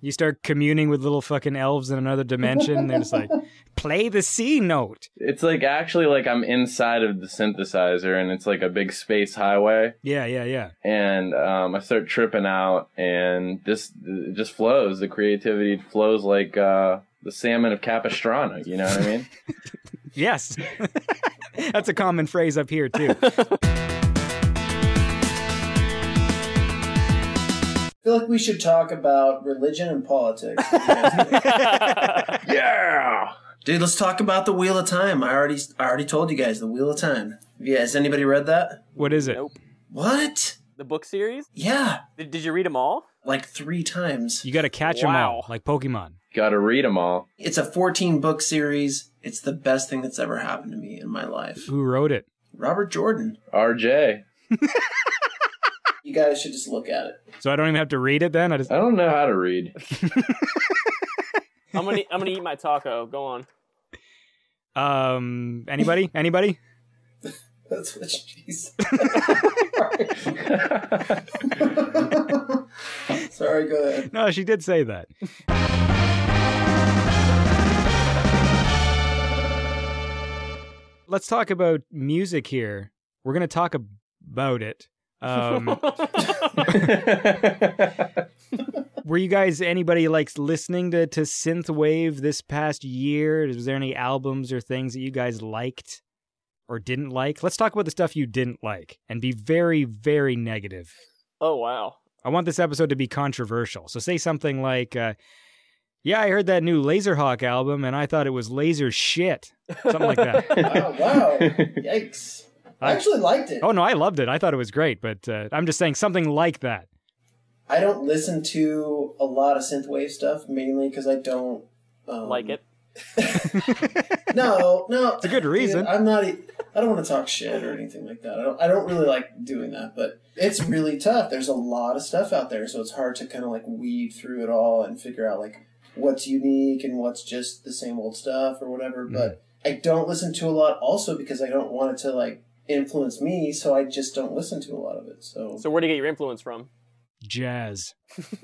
[SPEAKER 2] you start communing with little fucking elves in another dimension. And they're just like, play the C note.
[SPEAKER 6] It's like actually like I'm inside of the synthesizer and it's like a big space highway.
[SPEAKER 2] Yeah, yeah, yeah.
[SPEAKER 6] and um, I start tripping out, and this it just flows. The creativity flows like uh, the salmon of Capistrano. You know what I mean?
[SPEAKER 2] Yes. That's a common phrase up here, too.
[SPEAKER 8] I feel like we should talk about religion and politics.
[SPEAKER 6] yeah.
[SPEAKER 7] Dude, let's talk about the Wheel of Time. I already I already told you guys the Wheel of Time. Yeah, has anybody read that?
[SPEAKER 2] What is it?
[SPEAKER 5] Nope.
[SPEAKER 7] What?
[SPEAKER 5] The book series?
[SPEAKER 7] Yeah,
[SPEAKER 5] Did, did you read them all?
[SPEAKER 7] like three times.
[SPEAKER 2] You got to catch 'em all,
[SPEAKER 5] Wow.
[SPEAKER 2] like Pokemon.
[SPEAKER 6] Got to read them all.
[SPEAKER 7] It's a 14 book series. It's the best thing that's ever happened to me in my life.
[SPEAKER 2] Who wrote it?
[SPEAKER 7] Robert Jordan.
[SPEAKER 6] RJ.
[SPEAKER 8] you guys should just look at it.
[SPEAKER 2] So I don't even have to read it then? I just...
[SPEAKER 6] I don't know how to read.
[SPEAKER 5] I'm gonna I'm gonna eat my taco. Go on.
[SPEAKER 2] Um, anybody? Anybody?
[SPEAKER 7] That's what she said. Sorry, go ahead.
[SPEAKER 2] No, she did say that. Let's talk about music here. We're going to talk ab- about it. Um, were you guys anybody like listening to to synthwave this past year? Was there any albums or things that you guys liked or didn't like? Let's talk about the stuff you didn't like and be very very negative.
[SPEAKER 5] oh wow.
[SPEAKER 2] I want this episode to be controversial. So say something like, uh, "Yeah, I heard that new Laserhawk album, and I thought it was laser shit." Something like that.
[SPEAKER 7] Wow, Ah, wow. Yikes. I actually liked it.
[SPEAKER 2] oh no, I loved it. I thought it was great, but uh, I'm just saying something like that.
[SPEAKER 7] I don't listen to a lot of synthwave stuff, mainly because I don't um,
[SPEAKER 5] Like it.
[SPEAKER 7] No, no, it's
[SPEAKER 2] a good reason.
[SPEAKER 7] I'm not. e- I don't want to talk shit or anything like that. I don't. I don't really like doing that, but it's really tough. There's a lot of stuff out there, so it's hard to kind of like weed through it all and figure out like what's unique and what's just the same old stuff or whatever.
[SPEAKER 2] Mm.
[SPEAKER 7] But I don't listen to a lot, also because I don't want it to like influence me. So I just don't listen to a lot of it. So,
[SPEAKER 5] So where do you get your influence from?
[SPEAKER 2] Jazz,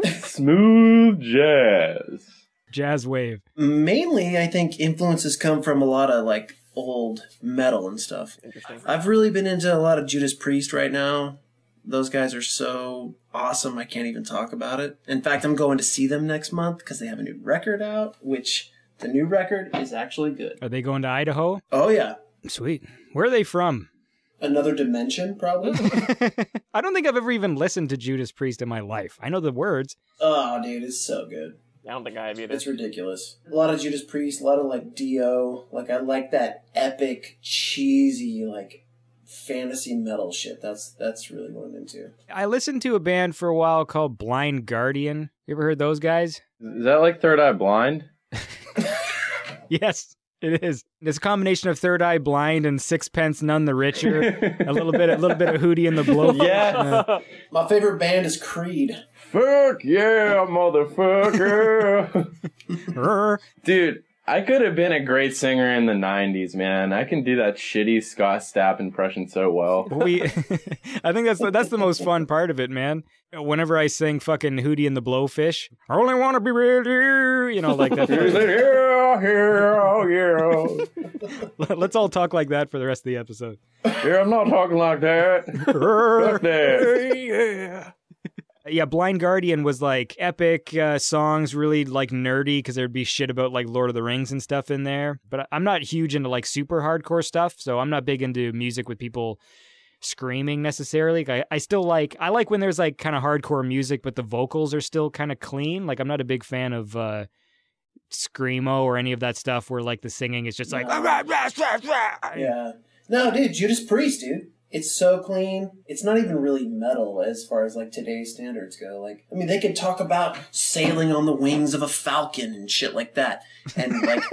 [SPEAKER 6] Smooth jazz.
[SPEAKER 2] jazz wave.
[SPEAKER 7] mainly, I think influences come from a lot of like old metal and stuff.
[SPEAKER 5] Interesting.
[SPEAKER 7] I've really been into a lot of Judas Priest right now. Those guys are so awesome. I can't even talk about it. In fact, I'm going to see them next month because they have a new record out, which the new record is actually good.
[SPEAKER 2] Are they going to Idaho?
[SPEAKER 7] Oh, yeah.
[SPEAKER 2] Sweet. Where are they from?
[SPEAKER 7] Another dimension, probably.
[SPEAKER 2] I don't think I've ever even listened to Judas Priest in my life. I know the words.
[SPEAKER 7] oh, dude, it's so good.
[SPEAKER 5] I don't think I have either.
[SPEAKER 7] It's ridiculous. A lot of Judas Priest, a lot of like Dio. Like, I like that epic, cheesy, like fantasy metal shit. That's that's really what I'm into.
[SPEAKER 2] I listened to a band for a while called Blind Guardian. You ever heard those guys?
[SPEAKER 6] Is that like Third Eye Blind?
[SPEAKER 2] Yes, it is. It's a combination of Third Eye Blind and Sixpence None the Richer. a little bit, a little bit of Hootie and the Blowfish. Uh,
[SPEAKER 6] Yeah.
[SPEAKER 7] My favorite band is Creed.
[SPEAKER 6] Fuck yeah, motherfucker.
[SPEAKER 2] Rrr.
[SPEAKER 6] Dude, I could have been a great singer in the 90s, man. I can do that shitty Scott Stapp impression so well.
[SPEAKER 2] we, I think that's the, that's the most fun part of it, man. Whenever I sing fucking Hootie and the Blowfish, I only want to be with you, you know, like
[SPEAKER 6] He's
[SPEAKER 2] that.
[SPEAKER 6] like, yeah, oh, yeah,
[SPEAKER 2] Let's all talk like that for the rest of the episode.
[SPEAKER 6] yeah. Yeah, I'm not talking like that. Fuck that.
[SPEAKER 2] yeah. Yeah, Blind Guardian was like epic uh, songs, really like nerdy because there'd be shit about like Lord of the Rings and stuff in there. But I- I'm not huge into like super hardcore stuff, so I'm not big into music with people screaming necessarily. Like, I, I still like I like when there's like kind of hardcore music, but the vocals are still kind of clean. Like I'm not a big fan of uh screamo or any of that stuff where like the singing is just like
[SPEAKER 7] No. Yeah. No, dude, Judas Priest, dude. It's so clean. It's not even really metal as far as like today's standards go. Like, I mean, they could talk about sailing on the wings of a falcon and shit like that. And like,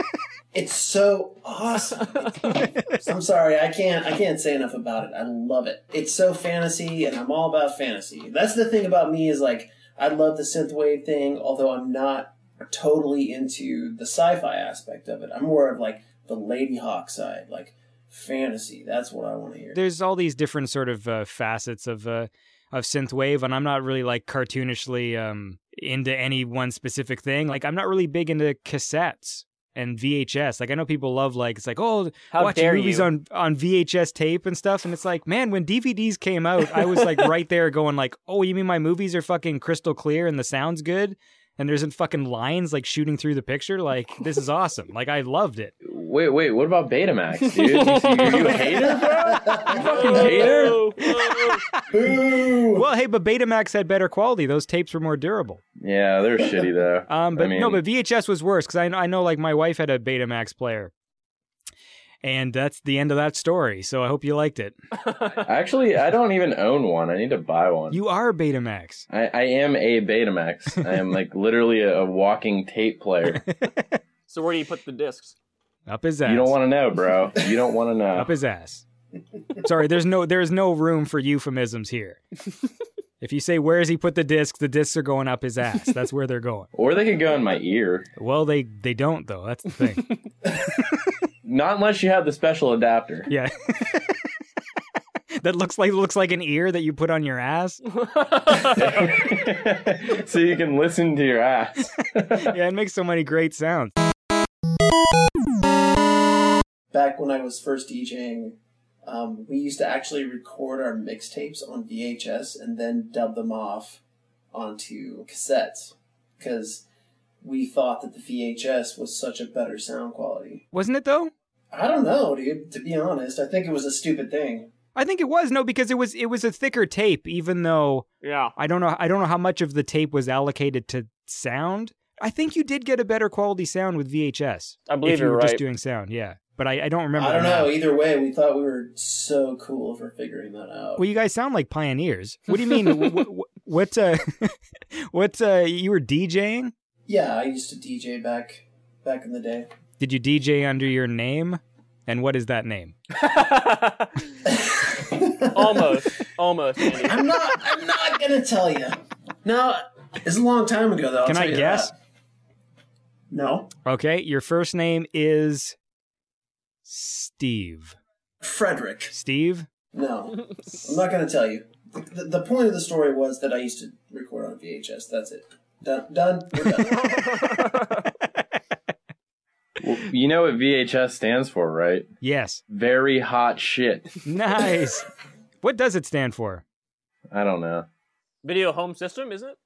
[SPEAKER 7] it's so awesome. I'm sorry, I can't. I can't say enough about it. I love it. It's so fantasy, and I'm all about fantasy. That's the thing about me is like, I love the synthwave thing, although I'm not totally into the sci-fi aspect of it. I'm more of like the Lady Hawk side, like fantasy. That's what I want to hear.
[SPEAKER 2] there's all these different sort of uh, facets of uh, of synthwave, and I'm not really like cartoonishly um, into any one specific thing. Like I'm not really big into cassettes and VHS. Like I know people love like it's like oh
[SPEAKER 5] How
[SPEAKER 2] watching
[SPEAKER 5] dare
[SPEAKER 2] movies
[SPEAKER 5] you.
[SPEAKER 2] on on VHS tape and stuff, and it's like man, when DVDs came out, I was like right there going like oh you mean my movies are fucking crystal clear and the sound's good. And there isn't fucking lines like shooting through the picture. Like this is awesome. Like I loved it.
[SPEAKER 6] Wait, wait, what about Betamax, dude? You, you, you hater, bro? You fucking hater?
[SPEAKER 7] uh,
[SPEAKER 2] Well, hey, but Betamax had better quality. Those tapes were more durable.
[SPEAKER 6] Yeah, they're shitty, though.
[SPEAKER 2] Um, but
[SPEAKER 6] I mean,
[SPEAKER 2] no, but VHS was worse because I, I know like my wife had a Betamax player, and that's the end of that story. So I hope you liked it.
[SPEAKER 6] Actually, I don't even own one. I need to buy one.
[SPEAKER 2] You are Betamax.
[SPEAKER 6] I, I am a Betamax. I am like literally a, a walking tape player.
[SPEAKER 5] So where do you put the discs?
[SPEAKER 2] Up his ass.
[SPEAKER 6] You don't want to know, bro. You don't want to
[SPEAKER 2] up
[SPEAKER 6] know.
[SPEAKER 2] his ass. Sorry, there's no there's no room for euphemisms here. if you say where's he put the discs, the discs are going up his ass. That's where they're going.
[SPEAKER 6] Or they could go in my ear.
[SPEAKER 2] Well, they they don't though. That's the thing.
[SPEAKER 6] Not unless you have the special adapter.
[SPEAKER 2] Yeah. that looks like looks like an ear that you put on your ass.
[SPEAKER 6] so you can listen to your ass.
[SPEAKER 2] Yeah, it makes so many great sounds.
[SPEAKER 7] back when I was first DJing, um, we used to actually record our mixtapes on VHS and then dub them off onto cassettes because we thought that the VHS was such a better sound quality.
[SPEAKER 2] Wasn't it though?
[SPEAKER 7] I don't know, dude. To be honest, I think it was a stupid thing.
[SPEAKER 2] I think it was no because it was it was a thicker tape even though
[SPEAKER 5] yeah.
[SPEAKER 2] I don't know I don't know how much of the tape was allocated to sound. I think you did get a better quality sound with VHS.
[SPEAKER 5] I believe
[SPEAKER 2] if you
[SPEAKER 5] you're
[SPEAKER 2] were just
[SPEAKER 5] right.
[SPEAKER 2] doing sound, yeah. But I, I don't remember.
[SPEAKER 7] I don't
[SPEAKER 2] now.
[SPEAKER 7] know. Either way, we thought we were so cool for figuring that out.
[SPEAKER 2] Well, you guys sound like pioneers. What do you mean? what what, uh, what uh, you were DJing?
[SPEAKER 7] yeah, I used to DJ back back in the day.
[SPEAKER 2] Did you DJ under your name? And what is that name?
[SPEAKER 5] almost, almost. Andy.
[SPEAKER 7] I'm not. I'm not gonna tell you. No, it's a long time ago though. I'll
[SPEAKER 2] Can
[SPEAKER 7] tell
[SPEAKER 2] I
[SPEAKER 7] you
[SPEAKER 2] guess?
[SPEAKER 7] that. No,
[SPEAKER 2] Okay, your first name is Steve.
[SPEAKER 7] Frederick.
[SPEAKER 2] Steve?
[SPEAKER 7] No, I'm not gonna tell you. The, the point of the story was that I used to record on VHS. That's it. Done. Done. We're done.
[SPEAKER 6] Well, you know what VHS stands for, right?
[SPEAKER 2] Yes.
[SPEAKER 6] Very hot shit.
[SPEAKER 2] Nice. what does it stand for?
[SPEAKER 6] I don't know.
[SPEAKER 5] Video home system, isn't it?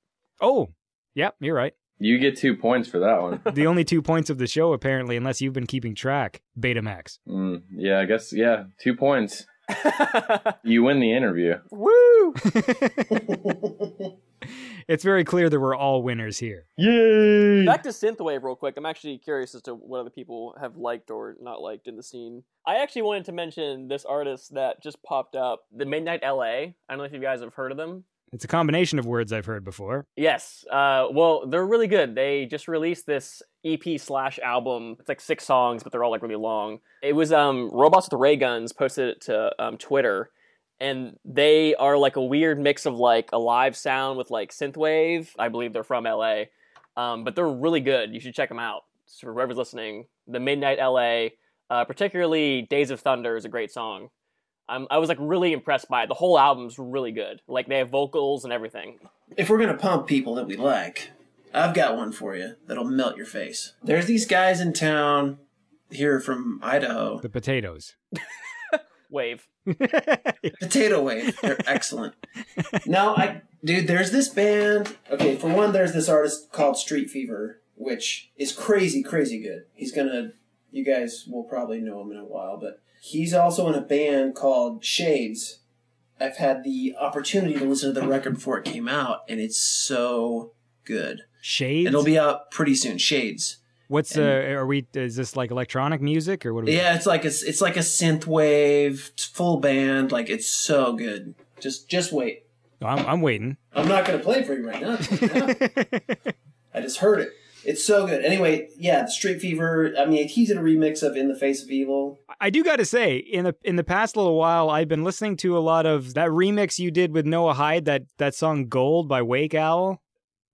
[SPEAKER 2] Oh, yep, you're right.
[SPEAKER 6] You get two points for that one.
[SPEAKER 2] The only two points of the show, apparently, unless you've been keeping track, Betamax.
[SPEAKER 6] Mm, yeah, I guess. Yeah, two points. You win the interview.
[SPEAKER 2] Woo! it's very clear that we're all winners here.
[SPEAKER 7] Hmm.
[SPEAKER 6] Yay!
[SPEAKER 5] Back to synthwave real quick. I'm actually curious as to what other people have liked or not liked in the scene. I actually wanted to mention this artist that just popped up, the Midnight LA. I don't know if you guys have heard of them.
[SPEAKER 2] It's a combination of words I've heard before.
[SPEAKER 5] Yes. Uh, well, they're really good. They just released this EP slash album. It's like six songs, but they're all like really long. It was um, Robots with Ray Guns posted it to um, Twitter, and they are like a weird mix of like a live sound with like synthwave. I believe they're from LA, um, but they're really good. You should check them out. So for whoever's listening, the Midnight LA, uh, particularly Days of Thunder, is a great song. I'm, I was like really impressed by it. The whole album's really good. Like they have vocals and everything.
[SPEAKER 7] if we're gonna pump people that we like, I've got one for you that'll melt your face. There's these guys in town here from Idaho.
[SPEAKER 2] The potatoes.
[SPEAKER 5] Wave.
[SPEAKER 7] Potato Wave. They're excellent. no, I dude, there's this band. Okay, for one, there's this artist called Street Fever, which is crazy, crazy good. He's gonna you guys will probably know him in a while, but he's also in a band called Shades. I've had the opportunity to listen to the record before it came out, and it's so good.
[SPEAKER 2] Shades.
[SPEAKER 7] It'll be out pretty soon. Shades.
[SPEAKER 2] What's uh? Are we? Is this like electronic music or what? Are we
[SPEAKER 7] Yeah, it's like a, it's like a synth wave, full band. Like it's so good. Just just wait.
[SPEAKER 2] I'm, I'm waiting.
[SPEAKER 7] I'm not going to play it for you right now. I just heard it. It's so good. Anyway, yeah, Street Fever. I mean, he did a remix of "In the Face of Evil."
[SPEAKER 2] I do got to say, in the in the past little while, I've been listening to a lot of that remix you did with Noah Hyde. That that song "Gold" by Wake Owl.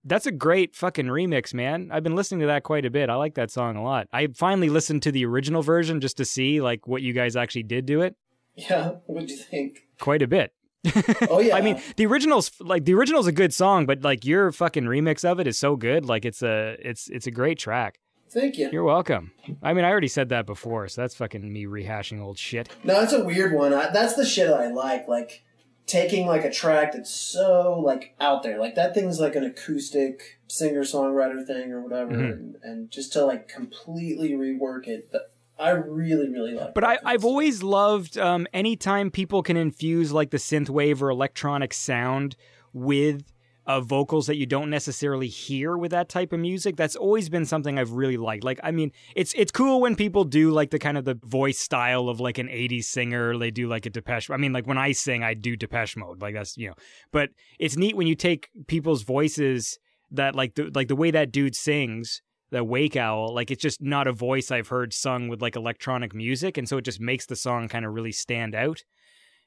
[SPEAKER 2] That's a great fucking remix, man. I've been listening to that quite a bit. I like that song a lot. I finally listened to the original version just to see like what you guys actually did to it.
[SPEAKER 7] Yeah, what'd you think?
[SPEAKER 2] Quite a bit.
[SPEAKER 7] Oh yeah,
[SPEAKER 2] I mean, the original's like the original's a good song, but like your fucking remix of it is so good. Like it's a it's it's a great track.
[SPEAKER 7] thank you.
[SPEAKER 2] You're welcome. I mean, I already said that before, so that's fucking me rehashing old shit.
[SPEAKER 7] No, it's a weird one. I, that's the shit I like. Like taking like a track that's so like out there. Like that thing's like an acoustic singer songwriter thing or whatever,
[SPEAKER 2] Mm-hmm.
[SPEAKER 7] and, and just to like completely rework it. But I really, really like.
[SPEAKER 2] But I,
[SPEAKER 7] that.
[SPEAKER 2] I've always loved um, anytime people can infuse like the synth wave or electronic sound with uh, vocals that you don't necessarily hear with that type of music. That's always been something I've really liked. Like, I mean, it's it's cool when people do like the kind of the voice style of like an '80s singer. They do like a Depeche. I mean, like when I sing, I do Depeche Mode. Like that's you know. But it's neat when you take people's voices that like the like the way that dude sings the wake owl like it's just not a voice i've heard sung with like electronic music and so it just makes the song kind of really stand out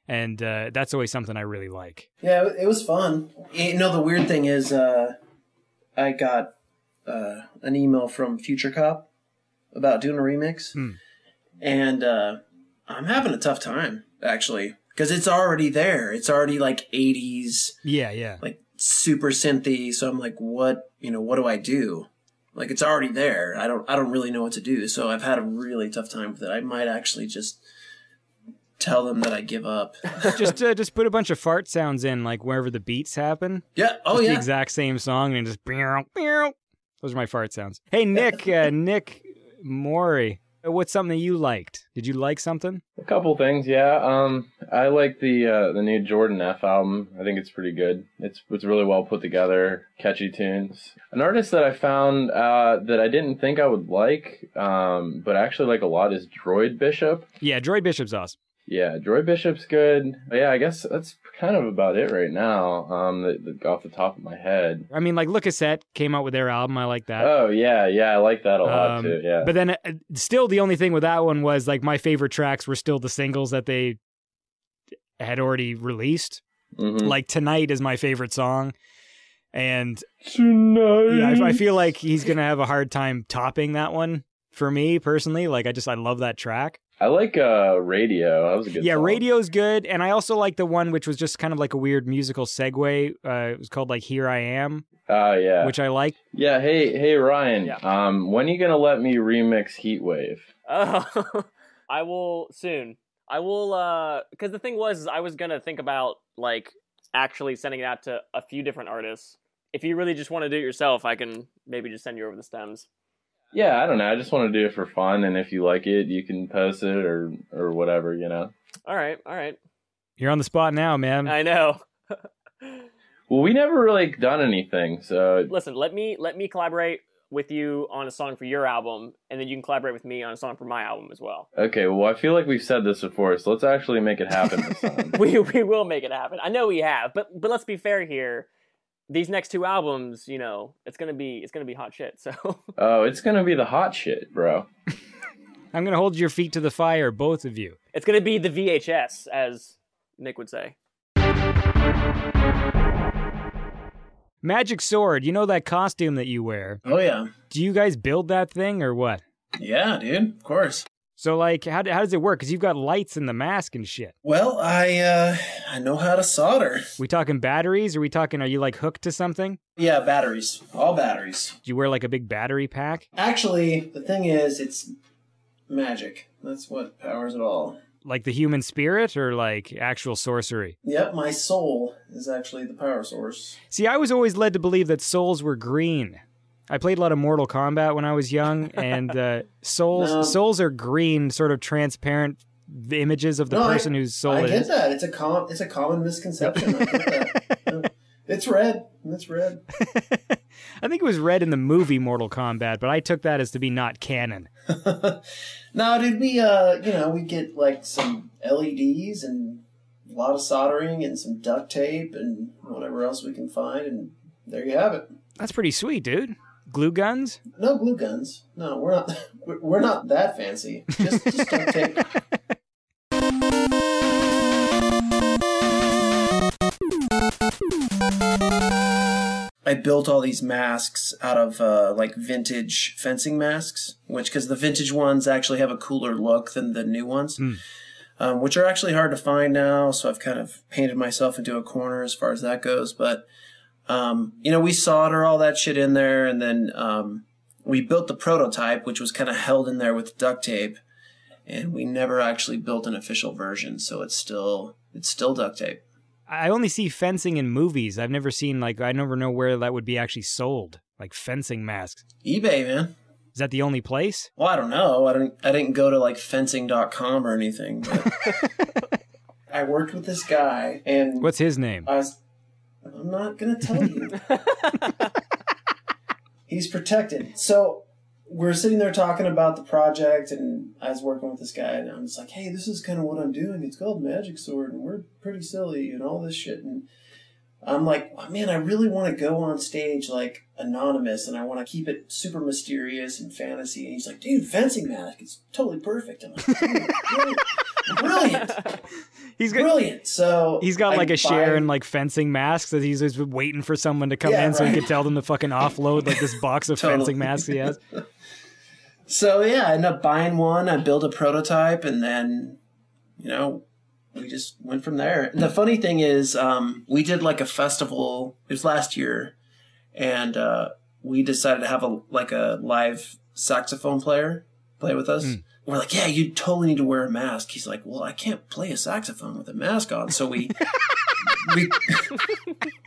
[SPEAKER 2] and uh, that's always something i really like
[SPEAKER 7] Yeah, it- it was fun. You know, the weird thing is, uh, I got uh, an email from Future Cop about doing a remix, and uh, I'm having a tough time actually because it's already there. It's already like 80s,
[SPEAKER 2] Yeah, yeah.
[SPEAKER 7] like super synthy. So I'm like, what, you know, what do I do? Like it's already there. I don't, I don't really know what to do. So I've had a really tough time with it. I might actually just tell them that I give up.
[SPEAKER 2] just uh, just put a bunch of fart sounds in, like wherever the beats happen.
[SPEAKER 7] Yeah. Oh
[SPEAKER 2] Just
[SPEAKER 7] yeah.
[SPEAKER 2] The exact same song and just meow, meow. Those are my fart sounds. Hey Nick, uh, Nick Maury, what's something that you liked? Did you like something?
[SPEAKER 6] A couple things, yeah. Um, I like the uh, the new Jordan F album. I think it's pretty good. It's it's really well put together, catchy tunes. An artist that I found uh, that I didn't think I would like, um, but I actually like a lot is Droid Bishop.
[SPEAKER 2] Yeah, Droid Bishop's awesome.
[SPEAKER 6] Yeah, Droid Bishop's good. But yeah, I guess that's kind of about it right now. Um, the, the, off the top of my head.
[SPEAKER 2] I mean, like Lucassette came out with their album. I like that.
[SPEAKER 6] Oh yeah, yeah, I like that a lot
[SPEAKER 2] Um,
[SPEAKER 6] too. Yeah,
[SPEAKER 2] But then, uh, still, the only thing with that one was like my favorite tracks were still the singles that they had already released.
[SPEAKER 6] Mhm.
[SPEAKER 2] Like tonight is my favorite song, and
[SPEAKER 6] tonight.
[SPEAKER 2] yeah, I, I feel like he's gonna have a hard time topping that one for me personally. Like I just I love that track.
[SPEAKER 6] I like uh, Radio. That was a good.
[SPEAKER 2] yeah,
[SPEAKER 6] song.
[SPEAKER 2] radio's good, and I also like the one which was just kind of like a weird musical segue. Uh, it was called like "Here I Am,"
[SPEAKER 6] Oh yeah.
[SPEAKER 2] which I like.
[SPEAKER 6] Yeah, hey, hey Ryan.
[SPEAKER 5] Yeah.
[SPEAKER 6] Um, when you gonna let me remix Heatwave?
[SPEAKER 5] Oh, I will soon. I will, uh, because the thing was, is I was gonna think about like actually sending it out to a few different artists. If you really just want to do it yourself, I can maybe just send you over the stems.
[SPEAKER 6] Yeah, I don't know. I just want to do it for fun, and if you like it, you can post it or or whatever, you know.
[SPEAKER 5] All right, all right.
[SPEAKER 2] You're on the spot now, man.
[SPEAKER 5] I know.
[SPEAKER 6] Well, we never really done anything, so
[SPEAKER 5] Listen, let me let me collaborate with you on a song for your album, and then you can collaborate with me on a song for my album as well.
[SPEAKER 6] okay. Well, I feel like we've said this before, so let's actually make it happen this time.
[SPEAKER 5] we we will make it happen. I know we have, but but let's be fair here. These next two albums, you know, it's gonna be it's gonna be hot shit. So
[SPEAKER 6] oh, it's gonna be the hot shit, bro.
[SPEAKER 2] I'm gonna hold your feet to the fire, both of you.
[SPEAKER 5] it's gonna be the VHS, as Nick would say.
[SPEAKER 2] Magic sword, you know that costume that you wear.
[SPEAKER 7] Oh yeah.
[SPEAKER 2] Do you guys build that thing or what?
[SPEAKER 7] Yeah, dude. Of course.
[SPEAKER 2] So like, how how does it work? Because you've got lights in the mask and shit.
[SPEAKER 7] Well, I uh I know how to solder.
[SPEAKER 2] We talking batteries? Are we talking? Are you like hooked to something?
[SPEAKER 7] Yeah, batteries. All batteries.
[SPEAKER 2] Do you wear like a big battery pack?
[SPEAKER 7] Actually, the thing is it's magic. That's what powers it all.
[SPEAKER 2] Like the human spirit or like actual sorcery?
[SPEAKER 7] Yep, my soul is actually the power source.
[SPEAKER 2] See, I was always led to believe that souls were green. I played a lot of Mortal Kombat when I was young, and uh, souls
[SPEAKER 7] No.
[SPEAKER 2] souls are green, sort of transparent images of the
[SPEAKER 7] No, I-
[SPEAKER 2] person whose soul
[SPEAKER 7] I
[SPEAKER 2] it
[SPEAKER 7] get
[SPEAKER 2] is.
[SPEAKER 7] that. It's a com- it's a common misconception. I get that. It's red. It's red.
[SPEAKER 2] I think it was read in the movie Mortal Kombat, but I took that as to be not canon.
[SPEAKER 7] No, dude, we uh, you know, we get like some LEDs and a lot of soldering and some duct tape and whatever else we can find, and there you have it.
[SPEAKER 2] That's pretty sweet, dude. Glue guns?
[SPEAKER 7] No glue guns. No, we're not. we're- We're not that fancy. Just, just duct tape. I built all these masks out of uh, like vintage fencing masks, which because the vintage ones actually have a cooler look than the new ones, um, which are actually hard to find now. So I've kind of painted myself into a corner as far as that goes. But um, you know, we solder all that shit in there, and then um, we built the prototype, which was kind of held in there with duct tape, and we never actually built an official version. So it's still it's still duct tape.
[SPEAKER 2] I only see fencing in movies. I've never seen, like, I never know where that would be actually sold. Like fencing masks.
[SPEAKER 7] eBay, man.
[SPEAKER 2] Is that the only place?
[SPEAKER 7] Well, I don't know. I didn't I didn't go to like fencing.com or anything, but I worked with this guy and
[SPEAKER 2] What's his name?
[SPEAKER 7] I was, I'm not going to tell you. He's protected. So we're sitting there talking about the project, and I was working with this guy, and I'm just like, hey, this is kind of what I'm doing. It's called Magic Sword, and we're pretty silly and all this shit. And I'm like, "Oh, man, I really want to go on stage like anonymous, and I want to keep it super mysterious and fantasy. And he's like, dude, fencing mask, it's totally perfect. I'm like, "Dude, brilliant, brilliant,
[SPEAKER 2] He's got
[SPEAKER 7] brilliant. So
[SPEAKER 2] He's got
[SPEAKER 7] I
[SPEAKER 2] like a share
[SPEAKER 7] buy-
[SPEAKER 2] in like fencing masks that he's just waiting for someone to come
[SPEAKER 7] Yeah,
[SPEAKER 2] in so he
[SPEAKER 7] right.
[SPEAKER 2] could tell them to fucking offload like this box of
[SPEAKER 7] Totally.
[SPEAKER 2] fencing masks he has.
[SPEAKER 7] So yeah, I end up buying one. I build a prototype, and then you know we just went from there. The funny thing is, um, we did like a festival. It was last year, and uh, we decided to have a like a live saxophone player play with us. We're like, yeah, you totally need to wear a mask. He's like, well, I can't play a saxophone with a mask on. So we we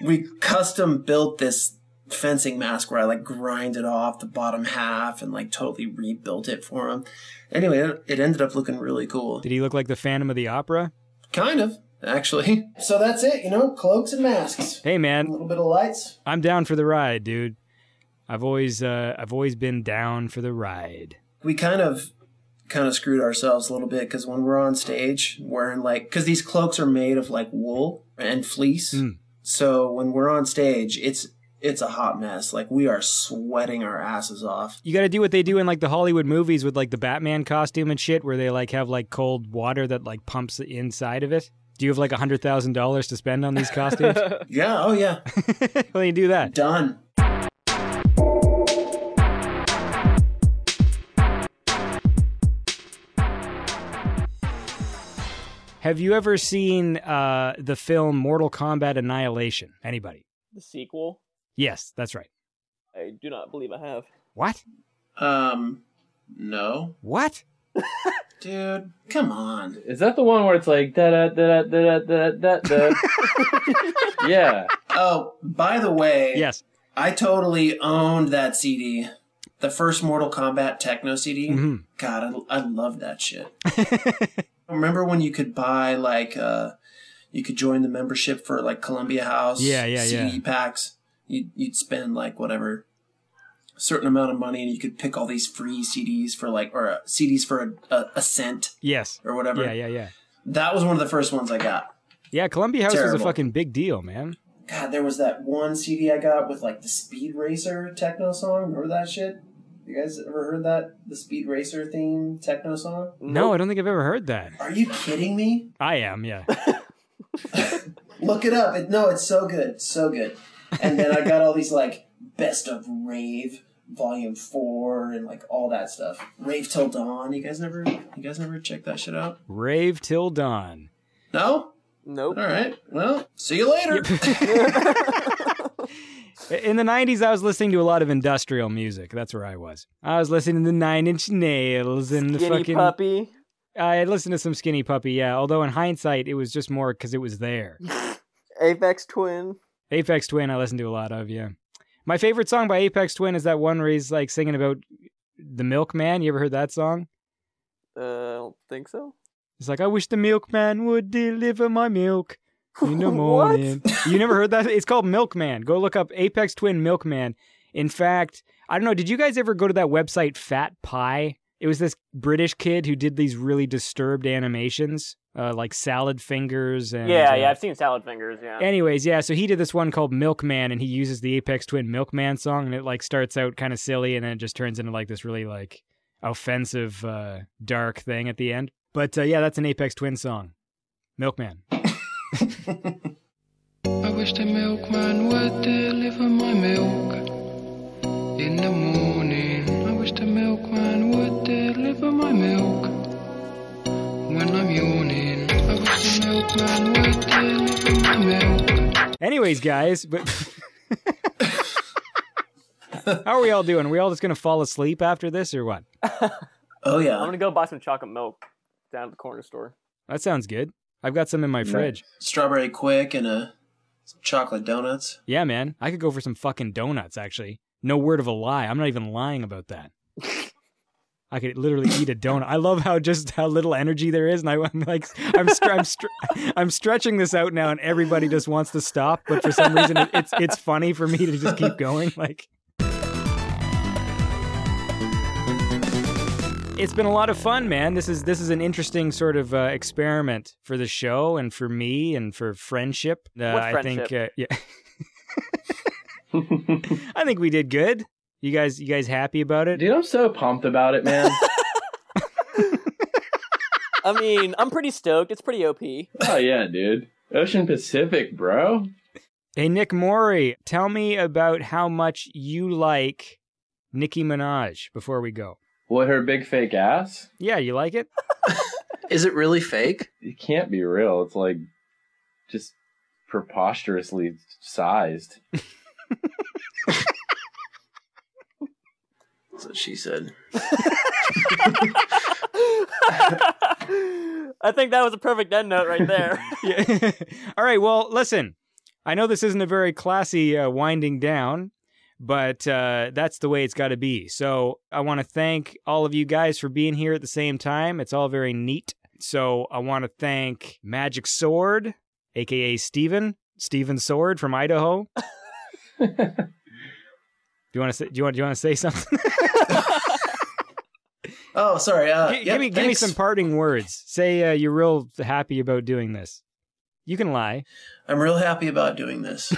[SPEAKER 7] we custom built this fencing mask where I like grinded off the bottom half and like totally rebuilt it for him. Anyway, it- it ended up looking really cool.
[SPEAKER 2] Did he look like the Phantom of the Opera?
[SPEAKER 7] Kind of, actually.
[SPEAKER 8] So that's it, you know, cloaks and masks.
[SPEAKER 2] Hey man,
[SPEAKER 8] A little bit of lights.
[SPEAKER 2] I'm down for the ride, dude. I've always uh, I've always been down for the ride.
[SPEAKER 7] we kind of kind of screwed ourselves a little bit because when we're on stage wearing like because these cloaks are made of like wool and fleece so when we're on stage it's it's a hot mess like we are sweating our asses off
[SPEAKER 2] You got to do what they do in like the Hollywood movies with like the Batman costume and shit, where they like have like cold water that like pumps the inside of it. Do you have like a hundred thousand dollars to spend on these costumes?
[SPEAKER 7] yeah oh yeah
[SPEAKER 2] well, you do that.
[SPEAKER 7] done
[SPEAKER 2] Have you ever seen uh, the film Mortal Kombat Annihilation? Anybody?
[SPEAKER 5] The sequel,
[SPEAKER 2] Yes, that's right.
[SPEAKER 5] I do not believe I have.
[SPEAKER 2] What?
[SPEAKER 7] um no
[SPEAKER 2] What?
[SPEAKER 7] dude come on
[SPEAKER 6] Is that the one where it's like da da da da da da da da? yeah.
[SPEAKER 7] oh by the way
[SPEAKER 2] Yes.
[SPEAKER 7] i totally owned that cd the first mortal kombat techno cd
[SPEAKER 2] Mm-hmm.
[SPEAKER 7] god i, I love that shit Remember when you could buy like uh you could join the membership for like Columbia House
[SPEAKER 2] Yeah, yeah,
[SPEAKER 7] CD
[SPEAKER 2] yeah.
[SPEAKER 7] packs. You'd you'd spend like whatever certain amount of money and you could pick all these free CDs for like or uh, CDs for a, a, a cent
[SPEAKER 2] Yes.
[SPEAKER 7] or whatever.
[SPEAKER 2] Yeah, yeah, yeah.
[SPEAKER 7] That was one of the first ones I got.
[SPEAKER 2] Yeah, Columbia House was a
[SPEAKER 7] Terrible.
[SPEAKER 2] fucking big deal, man.
[SPEAKER 8] God, there was that one CD I got with like the Speed Racer techno song. Remember that shit? You guys ever heard that? The Speed Racer theme techno song?
[SPEAKER 2] No, I don't think I've ever heard that.
[SPEAKER 8] Are you kidding me?
[SPEAKER 2] I am, yeah.
[SPEAKER 8] Look it up. It, no, it's so good, so good. And then I got all these like best of rave volume four and like all that stuff. Rave till dawn.
[SPEAKER 7] You guys never you guys never check that shit out?
[SPEAKER 2] Rave till dawn.
[SPEAKER 7] No?
[SPEAKER 5] Nope.
[SPEAKER 7] All right. Well, see you later.
[SPEAKER 2] In the 90s, I was listening to a lot of industrial music. That's where I was. I was listening to the Nine Inch Nails and the
[SPEAKER 5] Skinny
[SPEAKER 2] fucking.
[SPEAKER 5] puppy.
[SPEAKER 2] I listened to some Skinny Puppy, yeah. Although in hindsight, it was just more because it was there.
[SPEAKER 5] Apex Twin.
[SPEAKER 2] Apex Twin, I listened to a lot of, yeah. My favorite song by Apex Twin is that one where he's like singing about the milkman. You ever heard that song?
[SPEAKER 5] Uh, I don't think so.
[SPEAKER 2] It's like, I wish the milkman would deliver my milk in the
[SPEAKER 5] What?
[SPEAKER 2] morning. you never heard that? It's called Milkman. Go look up Apex Twin Milkman. In fact, I don't know. Did you guys ever go to that website Fat Pie? It was this British kid who did these really disturbed animations, uh, like salad fingers and
[SPEAKER 5] yeah,
[SPEAKER 2] uh,
[SPEAKER 5] yeah, I've seen Salad Fingers. Yeah.
[SPEAKER 2] Anyways, yeah, so he did this one called Milkman and he uses the Apex Twin Milkman song and it like starts out kind of silly and then it just turns into like this really like offensive uh dark thing at the end. But uh, yeah, that's an Apex Twin song. Milkman.
[SPEAKER 9] I wish the milkman would deliver my milk in the morning. I wish the milkman would deliver my milk when I'm yawning. I wish the milkman would deliver my milk.
[SPEAKER 2] Anyways, guys, but How are we all doing? Are we all just going to fall asleep after this or what?
[SPEAKER 7] oh
[SPEAKER 5] I'm
[SPEAKER 7] yeah.
[SPEAKER 5] gonna go buy some chocolate milk down at the corner store.
[SPEAKER 2] That sounds good. I've got some in my fridge.
[SPEAKER 7] Strawberry quick and
[SPEAKER 8] uh,
[SPEAKER 7] a some chocolate donuts.
[SPEAKER 2] Yeah, man. I could go for some fucking donuts, actually. No word of a lie. I'm not even lying about that. I could literally eat a donut. I love how just how little energy there is, and I, am like, I'm str- I'm, str- I'm stretching this out now, and everybody just wants to stop, but for some reason, it, it's it's funny for me to just keep going. Like, it's been a lot of fun, man. This is this is an interesting sort of uh, experiment for the show, and for me, and for friendship. Uh,
[SPEAKER 5] What
[SPEAKER 2] I think, uh, yeah. I think we did good. You guys, you guys happy about it?
[SPEAKER 6] Dude, I'm so pumped about it, man.
[SPEAKER 5] I mean, I'm pretty stoked. It's pretty OP.
[SPEAKER 6] oh yeah, dude. Ocean Pacific, bro.
[SPEAKER 2] Hey, Nick Morey, tell me about how much you like Nicki Minaj before we go.
[SPEAKER 6] What her big fake ass?
[SPEAKER 2] Yeah, you like it?
[SPEAKER 7] Is it really fake?
[SPEAKER 6] It can't be real. It's like just preposterously sized.
[SPEAKER 7] That's what she said.
[SPEAKER 5] I think that was a perfect end note right there.
[SPEAKER 2] Yeah. All right. Well, listen, I know this isn't a very classy uh, winding down, but uh, that's the way it's got to be. So I want to thank all of you guys for being here at the same time. It's all very neat. So I want to thank Magic Sword, aka Steven, Steven Sword from Idaho. do you want to say? Do you want? Do you want to say something?
[SPEAKER 7] Oh, sorry. Uh,
[SPEAKER 2] Gi-
[SPEAKER 7] yep,
[SPEAKER 2] give me, give me
[SPEAKER 7] thanks.
[SPEAKER 2] some parting words. Say uh, you're real happy about doing this. You can lie.
[SPEAKER 7] I'm real happy about doing this.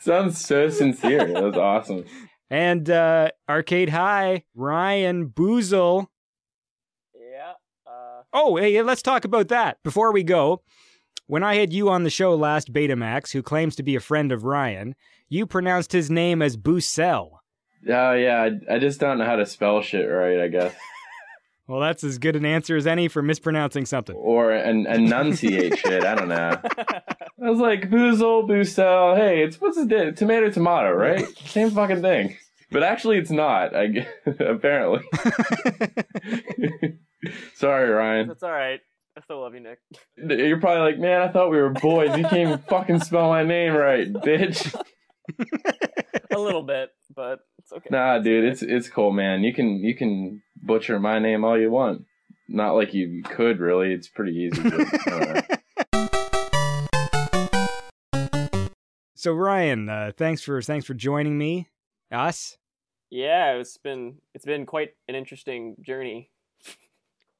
[SPEAKER 6] Sounds so sincere. That was awesome.
[SPEAKER 2] And uh, Arcade High, Ryan Boozle.
[SPEAKER 5] yeah. Uh,
[SPEAKER 2] Oh, hey, let's talk about that before we go. When I had you on the show last, Betamax, who claims to be a friend of Ryan, you pronounced his name as Boosell.
[SPEAKER 6] Oh yeah, I, I just don't know how to spell shit right. I guess,
[SPEAKER 2] Well, that's as good an answer as any for mispronouncing something.
[SPEAKER 6] or an, enunciate shit. I don't know. I was like, boozle, boosel. Hey, it's what's his name? Tomato, tomato, right? Same fucking thing. But actually, it's not. I g- apparently. Sorry, Ryan.
[SPEAKER 5] that's all right. I still love you, Nick.
[SPEAKER 6] You're probably like, man, I thought we were boys. You can't even fucking spell my name right, bitch.
[SPEAKER 5] A little bit, but it's okay.
[SPEAKER 6] Nah, dude, it's it's cool, man. You can you can butcher my name all you want. Not like you could really. It's pretty easy. But, uh, I don't know.
[SPEAKER 2] So, Ryan, uh, thanks for thanks for joining me, us.
[SPEAKER 5] Yeah, it's been it's been quite an interesting journey.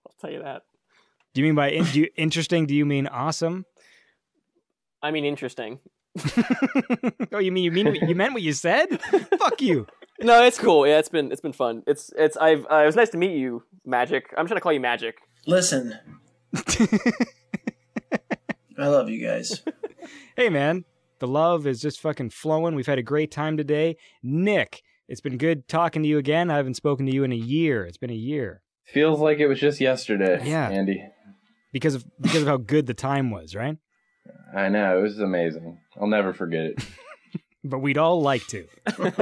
[SPEAKER 5] I'll tell you that.
[SPEAKER 2] Do you mean by in- do you, interesting? Do you mean awesome?
[SPEAKER 5] I mean, interesting.
[SPEAKER 2] oh, you mean you mean you meant what you said? Fuck you.
[SPEAKER 5] No, it's cool. Yeah, it's been it's been fun. It's it's I've uh, it was nice to meet you, Magic. I'm trying to call you Magic.
[SPEAKER 7] Listen, I love you guys.
[SPEAKER 2] hey man, the love is just fucking flowing. We've had a great time today. Nick, it's been good talking to you again. I haven't spoken to you in a year. It's been a year
[SPEAKER 6] Feels like it was just yesterday.
[SPEAKER 2] Yeah.
[SPEAKER 6] Andy.
[SPEAKER 2] because of because of how good the time was, right?
[SPEAKER 6] I know it was amazing. I'll never forget it.
[SPEAKER 2] But we'd all like to.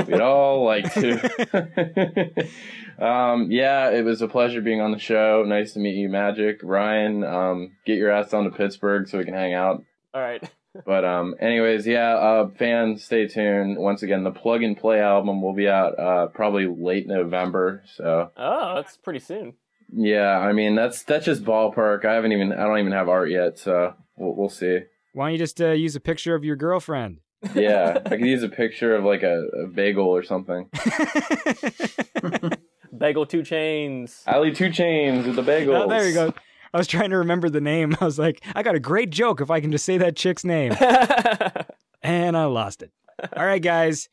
[SPEAKER 6] We'd all like to. um, yeah, it was a pleasure being on the show. Nice to meet you, Magic. Ryan, um, get your ass down to Pittsburgh so we can hang out.
[SPEAKER 5] All right.
[SPEAKER 6] But um, anyways, yeah, uh, fans, stay tuned. Once again, the Plug and Play album will be out uh, probably late November. So
[SPEAKER 5] Oh, that's pretty soon.
[SPEAKER 6] yeah, I mean that's that's just ballpark. I haven't even I don't even have art yet, so we'll, we'll see.
[SPEAKER 2] Why don't you just uh, use a picture of your girlfriend?
[SPEAKER 6] Yeah, I could use a picture of like a, a bagel or something.
[SPEAKER 5] Bagel two chains.
[SPEAKER 6] Ali Two Chains with the bagel.
[SPEAKER 2] Oh, there you go. I was trying to remember the name. I was like, I got a great joke if I can just say that chick's name. and I lost it. All right, guys.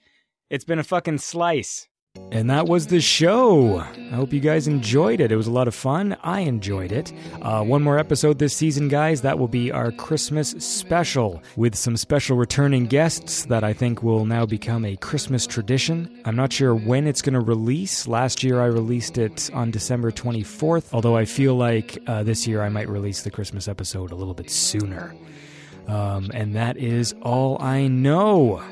[SPEAKER 2] It's been a fucking slice. And that was the show. I hope you guys enjoyed it. It was a lot of fun. I enjoyed it. Uh, one more episode this season, guys. That will be our Christmas special with some special returning guests that I think will now become a Christmas tradition. I'm not sure when it's going to release. Last year I released it on December 24th, although I feel like uh, this year I might release the Christmas episode a little bit sooner. Um, and that is all I know.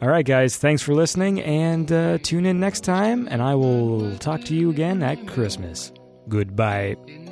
[SPEAKER 2] All right, guys, thanks for listening and uh, tune in next time, and I will talk to you again at Christmas. Goodbye.
[SPEAKER 9] In